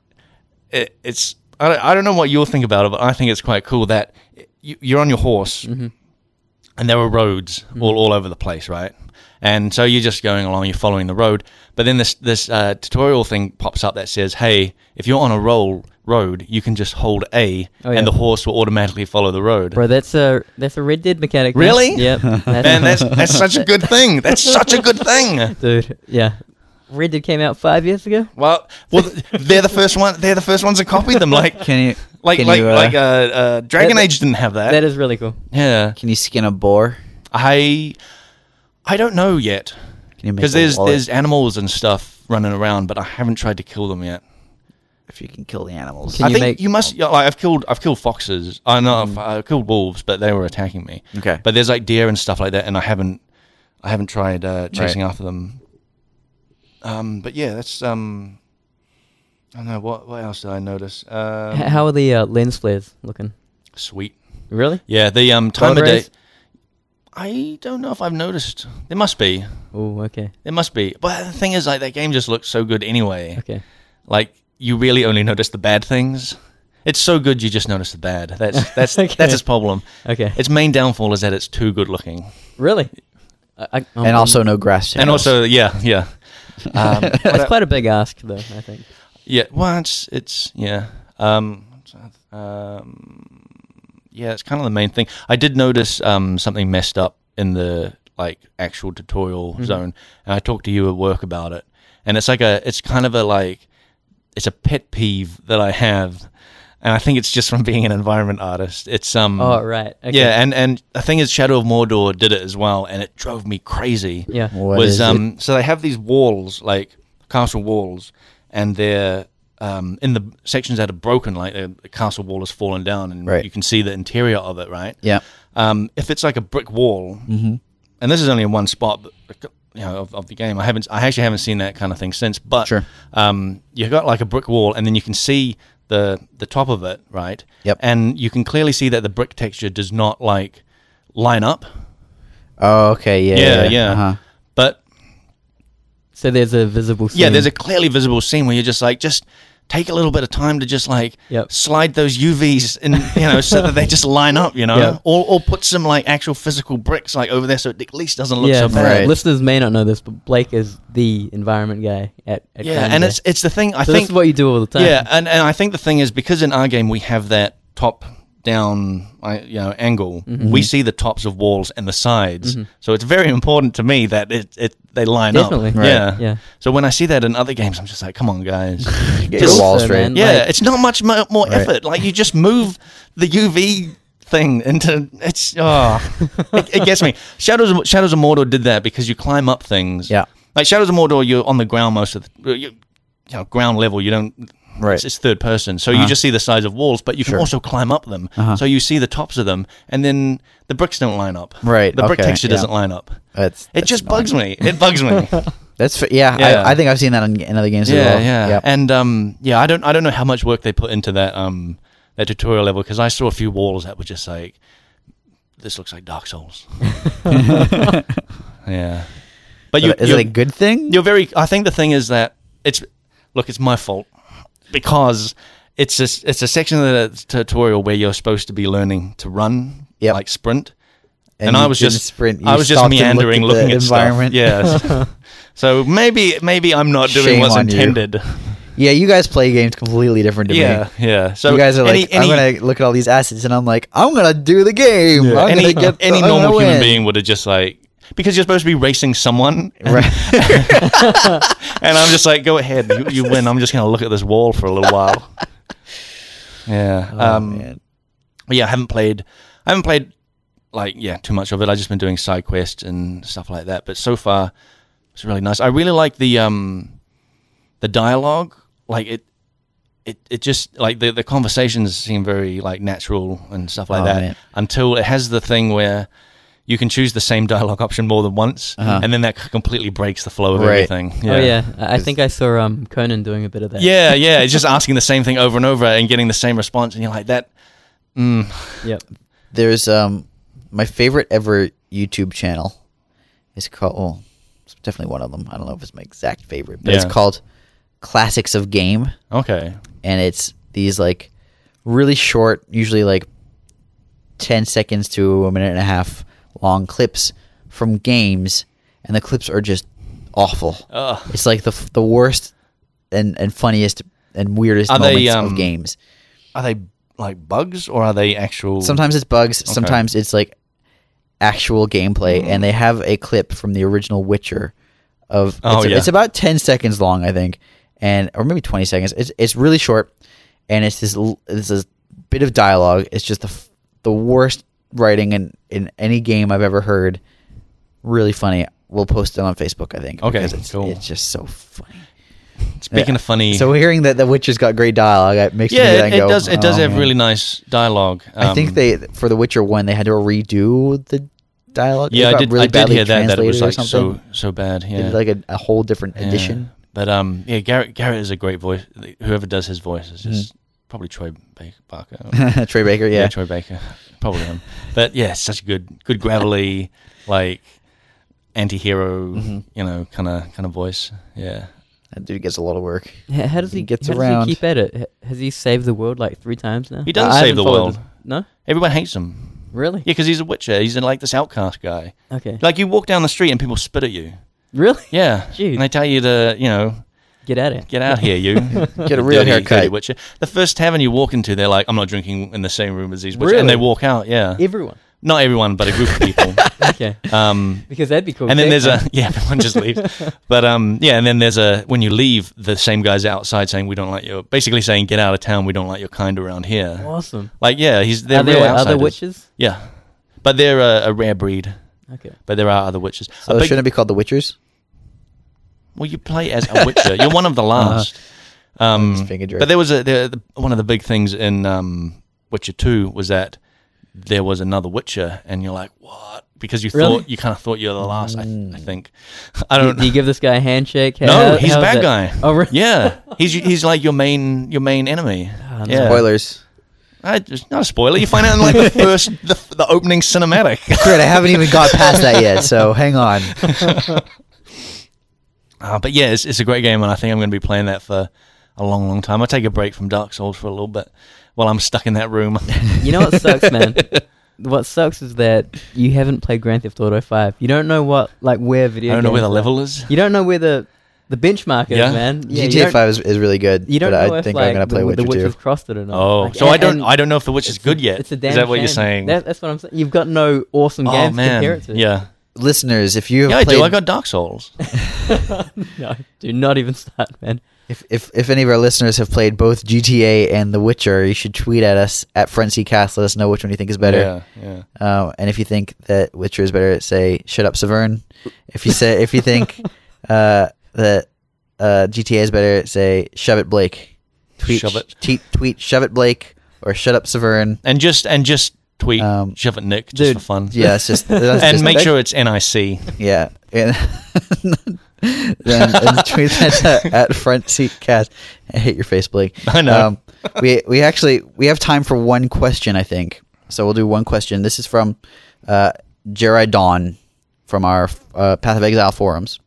Speaker 2: it, it's I don't, I don't know what you'll think about it, but I think it's quite cool that you, you're on your horse
Speaker 3: Mm-hmm.
Speaker 2: and there were roads all, all over the place, right? And so you're just going along, you're following the road, but then this this uh, tutorial thing pops up that says, "Hey, if you're on a roll road, you can just hold A,
Speaker 3: Oh, yeah.
Speaker 2: and the horse will automatically follow the road."
Speaker 3: Bro, that's a that's a Red Dead mechanic. man.
Speaker 2: Really? [LAUGHS]
Speaker 3: Yep. That's,
Speaker 2: Man,
Speaker 3: [LAUGHS]
Speaker 2: that's that's such a good thing. That's such a good thing.
Speaker 3: dude. Yeah, Red Dead came out five years ago.
Speaker 2: Well, well, they're the first one. They're the first ones to copy them.
Speaker 3: [LAUGHS]
Speaker 2: Like,
Speaker 1: Can you
Speaker 2: like,
Speaker 1: can
Speaker 2: like,
Speaker 1: you, uh,
Speaker 2: like uh, uh, Dragon
Speaker 3: that-
Speaker 2: Age didn't have that.
Speaker 3: That is really cool.
Speaker 2: yeah,
Speaker 1: can you skin a boar?
Speaker 2: I, I don't know yet.
Speaker 1: Can you make
Speaker 2: because
Speaker 1: a
Speaker 2: there's
Speaker 1: wallet?
Speaker 2: there's animals and stuff running around, but I haven't tried to kill them yet.
Speaker 1: if you can kill the animals.
Speaker 3: Can
Speaker 2: I
Speaker 3: you
Speaker 2: think
Speaker 3: make-
Speaker 2: you must. yeah, Like I've killed I've killed foxes. I know I've, i killed wolves, but they were attacking me.
Speaker 1: Okay.
Speaker 2: But there's like deer and stuff like that, and I haven't I haven't tried uh, chasing after them. Um, but yeah, that's um. I don't know what what else did I notice. Um,
Speaker 3: H- [LAUGHS] How are the uh, lens flares looking?
Speaker 2: sweet?
Speaker 3: Really?
Speaker 2: Yeah, the um time
Speaker 3: Blood
Speaker 2: of day.
Speaker 3: rays?
Speaker 2: I don't know if I've noticed. There must be.
Speaker 3: Oh, okay,
Speaker 2: There must be. But the thing is, like that game just looks so good
Speaker 3: [LAUGHS]
Speaker 2: anyway.
Speaker 3: okay.
Speaker 2: like you really only notice the bad things. It's so good you just notice the bad. That's that's
Speaker 3: Okay.
Speaker 2: that's its problem.
Speaker 3: Okay.
Speaker 2: Its main downfall is that it's too good looking,
Speaker 3: Really? I, I, oh I'm-
Speaker 1: and also no grass
Speaker 2: um, and
Speaker 1: shadows. [LAUGHS]
Speaker 2: also yeah yeah [LAUGHS] um, what
Speaker 3: that's
Speaker 2: I-
Speaker 3: quite a big ask, though. I think.
Speaker 2: yeah. Well, it's it's yeah um, what's that? um yeah. It's kind of the main thing. I did notice um something messed up in the like actual tutorial
Speaker 3: Mm-hmm.
Speaker 2: zone, and I talked to you at work about it. And it's like a it's kind of a like it's a pet peeve that I have, and I think it's just from [LAUGHS] being an environment artist. It's
Speaker 1: Hmm.
Speaker 2: um
Speaker 3: Oh, right. Okay.
Speaker 2: yeah, and and the thing is, Shadow of Mordor did it as well, and it drove me crazy.
Speaker 3: Yeah.
Speaker 1: What
Speaker 2: was
Speaker 1: is it?
Speaker 2: um so they have these walls like castle walls, and they're um in the sections that are broken, like the, the castle wall has fallen down, and
Speaker 1: Right.
Speaker 2: you can see the interior of it, right?
Speaker 1: yeah.
Speaker 2: Um, if it's like a brick wall, and this is only in one spot, but, you know, of, of the game. I haven't, I actually haven't seen that kind of thing since. But
Speaker 1: Sure.
Speaker 2: um, you've got like a brick wall, and then you can see the the top of it, right?
Speaker 1: Yep.
Speaker 2: And you can clearly see that the brick texture does not like line up.
Speaker 1: Oh, okay. Yeah.
Speaker 2: Yeah,
Speaker 1: Yeah.
Speaker 2: yeah.
Speaker 1: Uh-huh.
Speaker 2: But
Speaker 3: So there's a visible.
Speaker 2: yeah,
Speaker 3: seam.
Speaker 2: there's a clearly visible scene where you're just like, just take a little bit of time to just like
Speaker 3: Yep.
Speaker 2: slide those UVs in, you know, so that they just line up, you know,
Speaker 3: Yep.
Speaker 2: or or put some like actual physical bricks like over there, so it at least doesn't look
Speaker 3: yeah.
Speaker 2: so
Speaker 3: so
Speaker 2: bad.
Speaker 1: Right.
Speaker 3: Listeners may not know this, but Blake is the environment guy at. at
Speaker 2: Yeah,
Speaker 3: Crown
Speaker 2: and
Speaker 3: Day.
Speaker 2: it's it's the thing. I
Speaker 3: So
Speaker 2: think
Speaker 3: this is what you do all the time.
Speaker 2: Yeah, and, and I think the thing is because in our game we have that top down I- you know angle,
Speaker 3: Mm-hmm.
Speaker 2: we see the tops of walls and the sides. So it's very important to me that it, it they line
Speaker 3: Definitely.
Speaker 2: up.
Speaker 3: Right.
Speaker 2: Yeah.
Speaker 3: Yeah.
Speaker 2: So when I see that in other games, I'm just like, come on,
Speaker 3: [LAUGHS]
Speaker 2: guys.
Speaker 1: Get
Speaker 2: Just-
Speaker 1: your wall
Speaker 3: Also,
Speaker 1: straight.
Speaker 3: man,
Speaker 2: yeah,
Speaker 3: like-
Speaker 2: it's not much mo- more
Speaker 1: Right.
Speaker 2: effort. Like you just move the UV thing into it's oh it, it gets me. Shadows of, Shadows of Mordor did that because you climb up things.
Speaker 1: Yeah.
Speaker 2: like Shadows of Mordor, you're on the ground most of the you, you know, ground level. You don't
Speaker 1: Right.
Speaker 2: It's, it's third person, so you
Speaker 1: Uh-huh.
Speaker 2: just see the sides of walls, but you can
Speaker 1: Sure.
Speaker 2: also climb up them.
Speaker 1: Uh-huh.
Speaker 2: So you see the tops of them, and then the bricks don't line up.
Speaker 1: Right,
Speaker 2: the brick
Speaker 1: okay,
Speaker 2: texture
Speaker 1: yeah.
Speaker 2: doesn't line up.
Speaker 1: That's
Speaker 2: It just bugs me. It bugs
Speaker 3: [LAUGHS]
Speaker 2: me.
Speaker 1: [LAUGHS] That's f- yeah.
Speaker 2: Yeah.
Speaker 1: I, I think I've seen that in, in other games as
Speaker 2: yeah,
Speaker 1: well.
Speaker 2: yeah.
Speaker 1: Yep.
Speaker 2: And um, yeah, I don't, I don't know how much work they put into that um, that tutorial level because I saw a few walls that were just like, this looks like Dark Souls. [LAUGHS]
Speaker 3: [LAUGHS]
Speaker 2: yeah, but you,
Speaker 1: is
Speaker 2: you're,
Speaker 1: it a good thing?
Speaker 2: you're very. I think the thing is that it's, look, it's my fault because it's a, it's a section of the tutorial where you're supposed to be learning to run,
Speaker 1: Yep.
Speaker 2: like sprint,
Speaker 1: And
Speaker 2: and,
Speaker 1: you
Speaker 2: I was
Speaker 1: didn't
Speaker 2: just
Speaker 1: sprint, you
Speaker 2: I was just
Speaker 1: stopped and looked
Speaker 2: meandering,
Speaker 1: at the
Speaker 2: looking at
Speaker 1: environment.
Speaker 2: Stuff.
Speaker 1: [LAUGHS]
Speaker 2: Yes. so maybe maybe I'm not doing
Speaker 1: Shame
Speaker 2: what's
Speaker 1: on you.
Speaker 2: intended.
Speaker 1: yeah, you guys play games completely different to
Speaker 2: Yeah,
Speaker 1: me.
Speaker 2: yeah. So
Speaker 1: you guys are
Speaker 2: any,
Speaker 1: like,
Speaker 2: any,
Speaker 1: I'm gonna look at all these assets, and I'm like, I'm gonna do the game. I'm
Speaker 2: any,
Speaker 1: gonna get the-
Speaker 2: any
Speaker 1: I'm gonna
Speaker 2: normal human
Speaker 1: win.
Speaker 2: being would have just like because you're supposed to be racing someone,
Speaker 1: [LAUGHS]
Speaker 2: [LAUGHS]
Speaker 1: Right.
Speaker 2: and I'm just like, go ahead, you, you win. I'm just gonna look at this wall for a little
Speaker 1: [LAUGHS]
Speaker 2: while. Yeah. um.
Speaker 1: Oh, Man.
Speaker 2: but yeah, I haven't played. I haven't played like yeah too much of it. I've just been doing side quests and stuff like that. But so far, It's really nice. I really like the um, the dialogue. Like it, it, it just like the the conversations seem very like natural and stuff like
Speaker 1: Oh,
Speaker 2: that.
Speaker 1: man.
Speaker 2: Until it has the thing where you can choose the same dialogue option more than once,
Speaker 1: Uh-huh.
Speaker 2: and then that c- completely breaks the flow of
Speaker 1: Right.
Speaker 2: everything.
Speaker 3: Oh yeah, I I think I saw um Conan doing a bit of that.
Speaker 2: Yeah, yeah. It's just asking the same thing over and over and getting the same response, and you're like that. Mm,
Speaker 3: Yep.
Speaker 1: There's um my favorite ever YouTube channel is called well, it's definitely one of them. I don't know if it's my exact favorite, but
Speaker 2: Yeah.
Speaker 1: it's called Classics of Game
Speaker 2: okay.
Speaker 1: and it's these like really short, usually like 10 seconds to a minute and a half long clips from games and the clips are just awful.
Speaker 2: Ugh.
Speaker 1: It's like the f- the worst and and funniest and weirdest
Speaker 2: Are they,
Speaker 1: moments
Speaker 2: um,
Speaker 1: of games.
Speaker 2: Are they like bugs or are they actual?
Speaker 1: Sometimes it's bugs. Sometimes it's like actual gameplay,
Speaker 2: Mm.
Speaker 1: and they have a clip from the original Witcher. Of
Speaker 2: Oh,
Speaker 1: it's,
Speaker 2: yeah.
Speaker 1: it's about ten seconds long, I think, and or maybe twenty seconds. It's it's really short, and it's this l- it's this bit of dialogue. It's just the f- the worst writing in in any game I've ever heard. Really funny. We'll post it on Facebook, I think.
Speaker 2: Okay,
Speaker 1: because it's,
Speaker 2: cool.
Speaker 1: It's just so funny.
Speaker 2: Speaking
Speaker 1: Yeah.
Speaker 2: of funny,
Speaker 1: So hearing that the Witcher's got great dialogue, it makes me
Speaker 2: yeah,
Speaker 1: then
Speaker 2: it, it
Speaker 1: go,
Speaker 2: does. It does
Speaker 1: "Oh,
Speaker 2: have
Speaker 1: man."
Speaker 2: really nice dialogue.
Speaker 1: I think
Speaker 2: Um,
Speaker 1: they for the Witcher one they had to redo the dialogue. It
Speaker 2: Yeah, I
Speaker 1: got
Speaker 2: did.
Speaker 1: really
Speaker 2: I did
Speaker 1: badly
Speaker 2: hear that. That it was like
Speaker 1: translated or
Speaker 2: so
Speaker 1: something.
Speaker 2: so bad.
Speaker 1: They
Speaker 2: Yeah,
Speaker 1: did like a, a whole different
Speaker 2: Yeah.
Speaker 1: edition. [LAUGHS]
Speaker 2: But um, yeah, Garrett Garrett is a great voice. Whoever does his voice is just probably Troy Ba- Barker.
Speaker 1: Trey Baker, Mm-hmm. [LAUGHS] yeah.
Speaker 2: Troy Baker, probably him. But yeah, it's such a good, good gravelly, like anti-hero,
Speaker 1: Mm-hmm.
Speaker 2: you know, kind of kind of voice. Yeah.
Speaker 1: that dude gets a lot of work.
Speaker 3: H- How does
Speaker 1: He
Speaker 3: he,
Speaker 1: gets
Speaker 3: how does
Speaker 1: around.
Speaker 3: he keep at it? H- Has he saved the world like three times now?
Speaker 2: He doesn't
Speaker 3: I
Speaker 2: save
Speaker 3: haven't
Speaker 2: the
Speaker 3: followed
Speaker 2: world.
Speaker 3: this- No,
Speaker 2: Everyone hates him.
Speaker 3: really?
Speaker 2: Yeah, because he's a witcher. He's like this outcast guy.
Speaker 3: Okay.
Speaker 2: Like you walk down the street and people spit at you.
Speaker 3: really?
Speaker 2: Yeah,
Speaker 3: Jeez.
Speaker 2: and they tell you to, you know,
Speaker 3: Get at it.
Speaker 2: get out here, you.
Speaker 1: [LAUGHS] Get a real
Speaker 2: dirty,
Speaker 1: haircut.
Speaker 2: dirty witcher. The first tavern you walk into, they're like, "I'm not drinking in the same room as these witches," and
Speaker 3: Really?
Speaker 2: they walk out. Yeah,
Speaker 3: [LAUGHS] Everyone.
Speaker 2: not everyone, but a group of
Speaker 3: [LAUGHS]
Speaker 2: people.
Speaker 3: Okay.
Speaker 2: um,
Speaker 3: because that'd be cool.
Speaker 2: and then
Speaker 3: Thank
Speaker 2: there's a
Speaker 3: [LAUGHS] you.
Speaker 2: yeah, everyone just leaves. But um, yeah, and then there's a when you leave, the same guys outside saying we don't like your, basically saying get out of town, we don't like your kind around here.
Speaker 3: awesome.
Speaker 2: Like yeah, he's they're
Speaker 3: Are
Speaker 2: real
Speaker 3: there other
Speaker 2: outsiders.
Speaker 3: witches?
Speaker 2: Yeah, but they're a, a rare breed.
Speaker 3: Okay.
Speaker 2: But there are other witches. A
Speaker 1: So
Speaker 2: big-
Speaker 1: shouldn't it be called the Witchers?
Speaker 2: well, you play as a witcher. You're one of the last. Um,
Speaker 1: Just figured you're-
Speaker 2: but there was a there, the, one of the big things in um, Witcher Two was that there was another Witcher, and you're like, what? Because you
Speaker 3: Really?
Speaker 2: thought you kind of thought you're the last. I, I think. I don't.
Speaker 3: Do you give this guy a handshake? How-
Speaker 2: [LAUGHS] no,
Speaker 3: how-
Speaker 2: he's
Speaker 3: how's
Speaker 2: a bad
Speaker 3: that?
Speaker 2: guy.
Speaker 3: Oh, really?
Speaker 2: Yeah, he's he's like your main your main enemy.
Speaker 3: no.
Speaker 2: yeah.
Speaker 1: Spoilers.
Speaker 2: I just not a spoiler. You find out in like the first the, the opening cinematic.
Speaker 1: Great, I haven't
Speaker 2: [LAUGHS]
Speaker 1: even got past that yet, so hang on.
Speaker 2: Uh, but yeah, it's, it's a great game, and I think I'm going to be playing that for a long, long time. I take a break from Dark Souls for a little bit while I'm stuck in that room.
Speaker 3: [LAUGHS] You know what
Speaker 2: [LAUGHS]
Speaker 3: sucks, man? What sucks is that you haven't played Grand Theft Auto 5. You don't know what, like, where
Speaker 2: I
Speaker 3: video.
Speaker 2: don't know where the
Speaker 3: games are.
Speaker 2: level is.
Speaker 3: You don't know where the the benchmark is,
Speaker 2: Yeah.
Speaker 3: man. Yeah, you
Speaker 1: GTA
Speaker 3: don't-
Speaker 1: Five is, is really good.
Speaker 3: You don't
Speaker 1: but
Speaker 3: know
Speaker 1: I
Speaker 3: if
Speaker 1: think
Speaker 3: like,
Speaker 1: I'm gonna play
Speaker 3: the,
Speaker 1: Witcher
Speaker 3: the
Speaker 1: Two.
Speaker 3: Witch crossed it or not.
Speaker 2: Oh,
Speaker 3: Like,
Speaker 2: so I don't
Speaker 3: and
Speaker 2: I don't know if the witch is
Speaker 3: it's a-
Speaker 2: good yet.
Speaker 3: It's a damn
Speaker 2: is that what you're
Speaker 3: shame.
Speaker 2: saying?
Speaker 3: That, that's what I'm saying. You've got no awesome
Speaker 2: oh
Speaker 3: games to
Speaker 2: man,
Speaker 3: compare it to.
Speaker 2: yeah,
Speaker 1: Listeners, if you have
Speaker 2: yeah, I
Speaker 1: played,
Speaker 2: do. I got Dark Souls.
Speaker 3: [LAUGHS] no, do not even start, man.
Speaker 1: if, if if any of our listeners have played both GTA and The Witcher, you should tweet at us at FrenzyCast. Let us know which one you think is better.
Speaker 2: Yeah, yeah.
Speaker 1: Uh, and if you think that Witcher is better, say "Shut up, Severn." If you say if you
Speaker 2: [LAUGHS]
Speaker 1: think uh, that uh, GTA is better, say "Shove it, Blake." Tweet,
Speaker 2: Shove it.
Speaker 1: Tweet, tweet, "Shove it, Blake," or "Shut up, Severn."
Speaker 2: And just and just tweet
Speaker 1: Um,
Speaker 2: shove it, Nick, just
Speaker 3: dude,
Speaker 2: for fun.
Speaker 1: Yeah, it's just that's
Speaker 2: [LAUGHS] and
Speaker 1: just-
Speaker 2: make sure it's NIC.
Speaker 1: yeah. And [LAUGHS] then and tweet that to, at front seat cast. I hate your face, Blake. Um,
Speaker 2: I know.
Speaker 1: we we actually we have time for one question, I think. So we'll do one question. This is from uh, Jared Dawn from our uh, Path of Exile forums.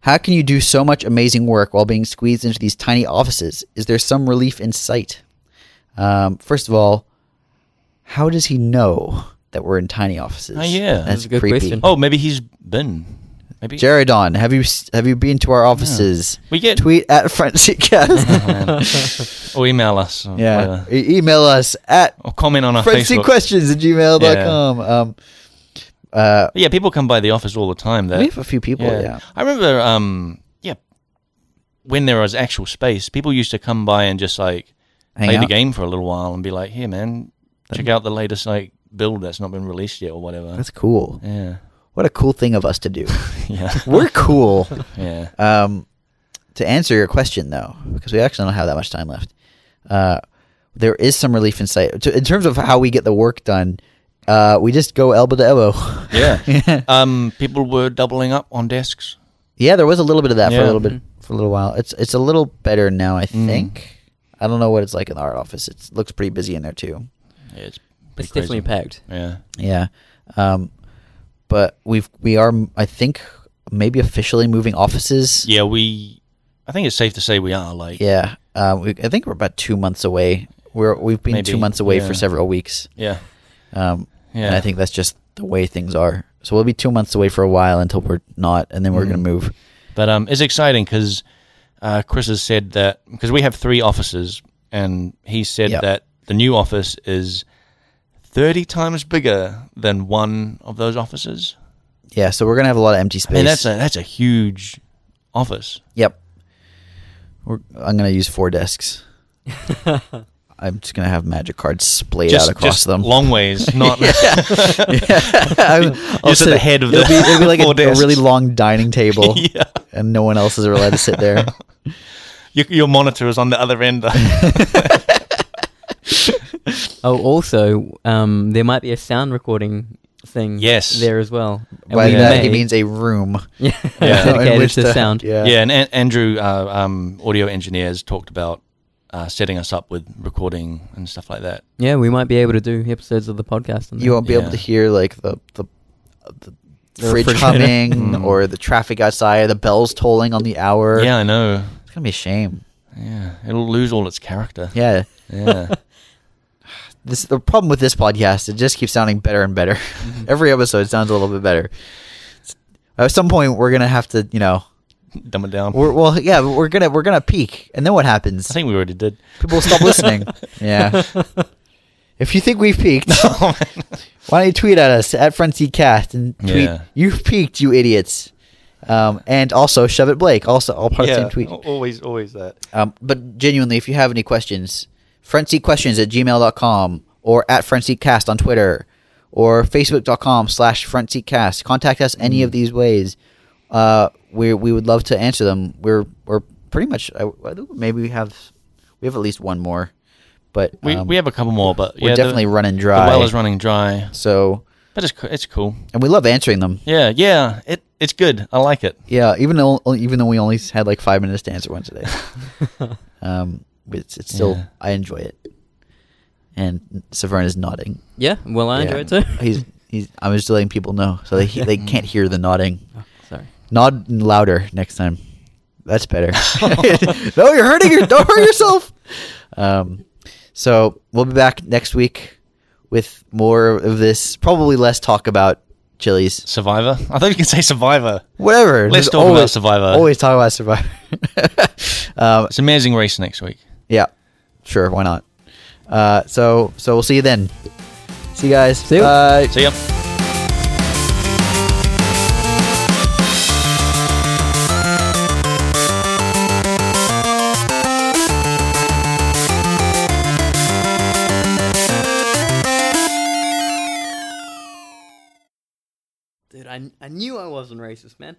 Speaker 1: How can you do so much amazing work while being squeezed into these tiny offices? Is there some relief in sight? Um, first of all, how does he know that we're in tiny offices?
Speaker 2: Oh, yeah.
Speaker 1: that's,
Speaker 3: That's a good
Speaker 1: creepy.
Speaker 3: question.
Speaker 2: Oh, maybe he's been. Maybe
Speaker 1: Jaredon, have you s- have you been to our offices?
Speaker 2: we get
Speaker 1: Tweet at Front Seat [LAUGHS] Cast.
Speaker 2: [LAUGHS] or email us. Or
Speaker 1: Oh, yeah,
Speaker 2: whatever.
Speaker 1: E- email us at
Speaker 2: or comment on our Facebook.
Speaker 1: frontseatquestions at gmail.com. Um, uh,
Speaker 2: yeah, people come by the office all the time. That
Speaker 1: we have a few people. Yeah,
Speaker 2: I remember. Um, yeah, when there was actual space, people used to come by and just like
Speaker 1: Hang
Speaker 2: play the
Speaker 1: out.
Speaker 2: game for a little while and be like, "Here, man, check out the latest like build that's not been released yet or whatever."
Speaker 1: that's cool.
Speaker 2: yeah, [LAUGHS]
Speaker 1: What a cool thing of us to do.
Speaker 2: yeah.
Speaker 1: [LAUGHS] We're cool.
Speaker 2: Yeah.
Speaker 1: Um, to answer your question, though, because we actually don't have that much time left, uh, there is some relief in sight. To, in terms of how we get the work done, uh, we just go elbow to elbow.
Speaker 2: Yeah.
Speaker 1: [LAUGHS] yeah.
Speaker 2: Um, people were doubling up on desks.
Speaker 1: Yeah, there was a little bit of that for
Speaker 2: Yeah. Mm-hmm.
Speaker 1: a little bit for a little while. It's it's a little better now, I think. I don't know what it's like in the art office. It looks pretty busy in there too.
Speaker 2: Yeah, it's
Speaker 3: It's
Speaker 2: pretty
Speaker 3: definitely
Speaker 2: crazy.
Speaker 3: packed. [LAUGHS]
Speaker 2: Yeah.
Speaker 1: Yeah, um, but we've we are I think maybe officially moving offices.
Speaker 2: Yeah, we. I think it's safe to say we are like.
Speaker 1: Yeah, um, we, I think we're about two months away. We're we've been two
Speaker 2: Maybe,
Speaker 1: months away
Speaker 2: yeah.
Speaker 1: for several weeks,
Speaker 2: Yeah.
Speaker 1: um, and
Speaker 2: Yeah.
Speaker 1: I think that's just the way things are. So we'll be two months away for a while until we're not, and then we're gonna move.
Speaker 2: But um, it's exciting because uh, Chris has said that because we have three offices, and he said
Speaker 1: Yeah.
Speaker 2: that the new office is thirty times bigger than one of those offices.
Speaker 1: Yeah, so we're gonna have a lot of empty
Speaker 2: I
Speaker 1: space.
Speaker 2: mean, that's a that's a huge office.
Speaker 1: Yep. We're, I'm gonna use four desks. I'm just gonna have magic cards splayed out across
Speaker 2: just
Speaker 1: them. [LAUGHS]
Speaker 2: long ways, not [LAUGHS]
Speaker 1: I'm- I'll
Speaker 2: just at
Speaker 1: sit-
Speaker 2: the head of
Speaker 1: it'll
Speaker 2: the
Speaker 1: be,
Speaker 2: [LAUGHS]
Speaker 1: it'll be like
Speaker 2: four
Speaker 1: a, a
Speaker 2: desks.
Speaker 1: really long dining table,
Speaker 2: [LAUGHS] yeah.
Speaker 1: and no one else is allowed to sit there.
Speaker 2: Your, your monitor is on the other
Speaker 1: [LAUGHS]
Speaker 2: end.
Speaker 3: Oh, also, um, there might be a sound recording thing.
Speaker 2: Yes.
Speaker 3: there as well. And
Speaker 1: By
Speaker 3: we
Speaker 1: that
Speaker 3: may-
Speaker 1: he
Speaker 3: [LAUGHS]
Speaker 1: means a
Speaker 2: [LAUGHS]
Speaker 1: room.
Speaker 3: yeah,
Speaker 2: Yeah.
Speaker 1: in
Speaker 3: dedicated
Speaker 1: which
Speaker 3: to
Speaker 1: the-
Speaker 3: sound.
Speaker 1: Yeah.
Speaker 2: Yeah, and An- Andrew, uh, um, audio engineers, talked about uh, setting us up with recording and stuff like that.
Speaker 3: Yeah, we might be able to do episodes of the podcast. And
Speaker 1: You won't be able
Speaker 2: Yeah.
Speaker 1: to hear like the the, the
Speaker 3: The
Speaker 1: fridge
Speaker 3: refrigerator.
Speaker 1: humming
Speaker 2: [LAUGHS] Mm.
Speaker 1: or the traffic outside, the bells tolling on the hour.
Speaker 2: Yeah, I know.
Speaker 1: It's gonna be a shame.
Speaker 2: Yeah, it'll lose all its character.
Speaker 1: Yeah. [LAUGHS]
Speaker 3: [LAUGHS]
Speaker 2: Yeah,
Speaker 1: This the problem with this podcast. It just keeps sounding better and better.
Speaker 2: Mm-hmm.
Speaker 1: [LAUGHS] Every episode sounds a little bit better. At some point, we're gonna have to, you know,
Speaker 2: dumb it down.
Speaker 1: we're, well, yeah, but we're gonna we're gonna peak, and then what
Speaker 2: Um, I
Speaker 1: happens?
Speaker 2: think we already did.
Speaker 1: People stop
Speaker 2: [LAUGHS]
Speaker 1: listening. Yeah. If you think we've peaked,
Speaker 2: Oh, man.
Speaker 1: [LAUGHS] Why don't you tweet at us at FrontseatCast and tweet
Speaker 2: Yeah.
Speaker 1: you peaked, you idiots. Um, and also shove it Blake. Also, all part of the same tweet.
Speaker 2: always, always that.
Speaker 1: Um, but genuinely, if you have any questions, frontseatquestions at gmail.com or at frontseatcast on Twitter or facebook.com slash frontseatcast. Contact us any of these ways. Uh, we we would love to answer them. We're we're pretty much I, I think maybe we have we have at least one more, but
Speaker 2: We
Speaker 1: um,
Speaker 2: we have a couple more, but
Speaker 1: we're
Speaker 2: yeah, the-
Speaker 1: definitely running
Speaker 2: the
Speaker 1: dry.
Speaker 2: well is running dry.
Speaker 1: so
Speaker 2: But it's co- it's cool.
Speaker 1: and we love answering them.
Speaker 2: Yeah, yeah. It it's good. I like
Speaker 1: [LAUGHS]
Speaker 2: it.
Speaker 1: Yeah, even though even though we only had like five minutes to answer one
Speaker 2: [LAUGHS]
Speaker 1: today, um, it's, it's still
Speaker 2: Yeah.
Speaker 1: I enjoy it. And Severn is nodding.
Speaker 3: [LAUGHS] Yeah, well, I
Speaker 1: Yeah.
Speaker 3: enjoy it too.
Speaker 1: [LAUGHS] He's he's. I'm just letting people know so they he-
Speaker 2: [LAUGHS]
Speaker 1: they can't hear the nodding.
Speaker 3: [LAUGHS] Oh, sorry.
Speaker 1: Nod louder next time. That's
Speaker 2: [LAUGHS]
Speaker 1: better. [LAUGHS] no, you're hurting your. Don't hurt yourself. Um, so we'll be back next week with more of this. Probably less talk about chilies.
Speaker 2: Survivor. I thought you could say Survivor.
Speaker 1: Whatever.
Speaker 2: Let's
Speaker 1: Just
Speaker 2: talk about Survivor.
Speaker 1: Always talk about Survivor. [LAUGHS] um,
Speaker 2: It's amazing race next week.
Speaker 1: yeah, sure. Why not? Uh, so, so we'll see you then. See you guys.
Speaker 3: See you.
Speaker 1: Bye.
Speaker 2: See ya.
Speaker 3: Dude, I, I knew I wasn't racist, man.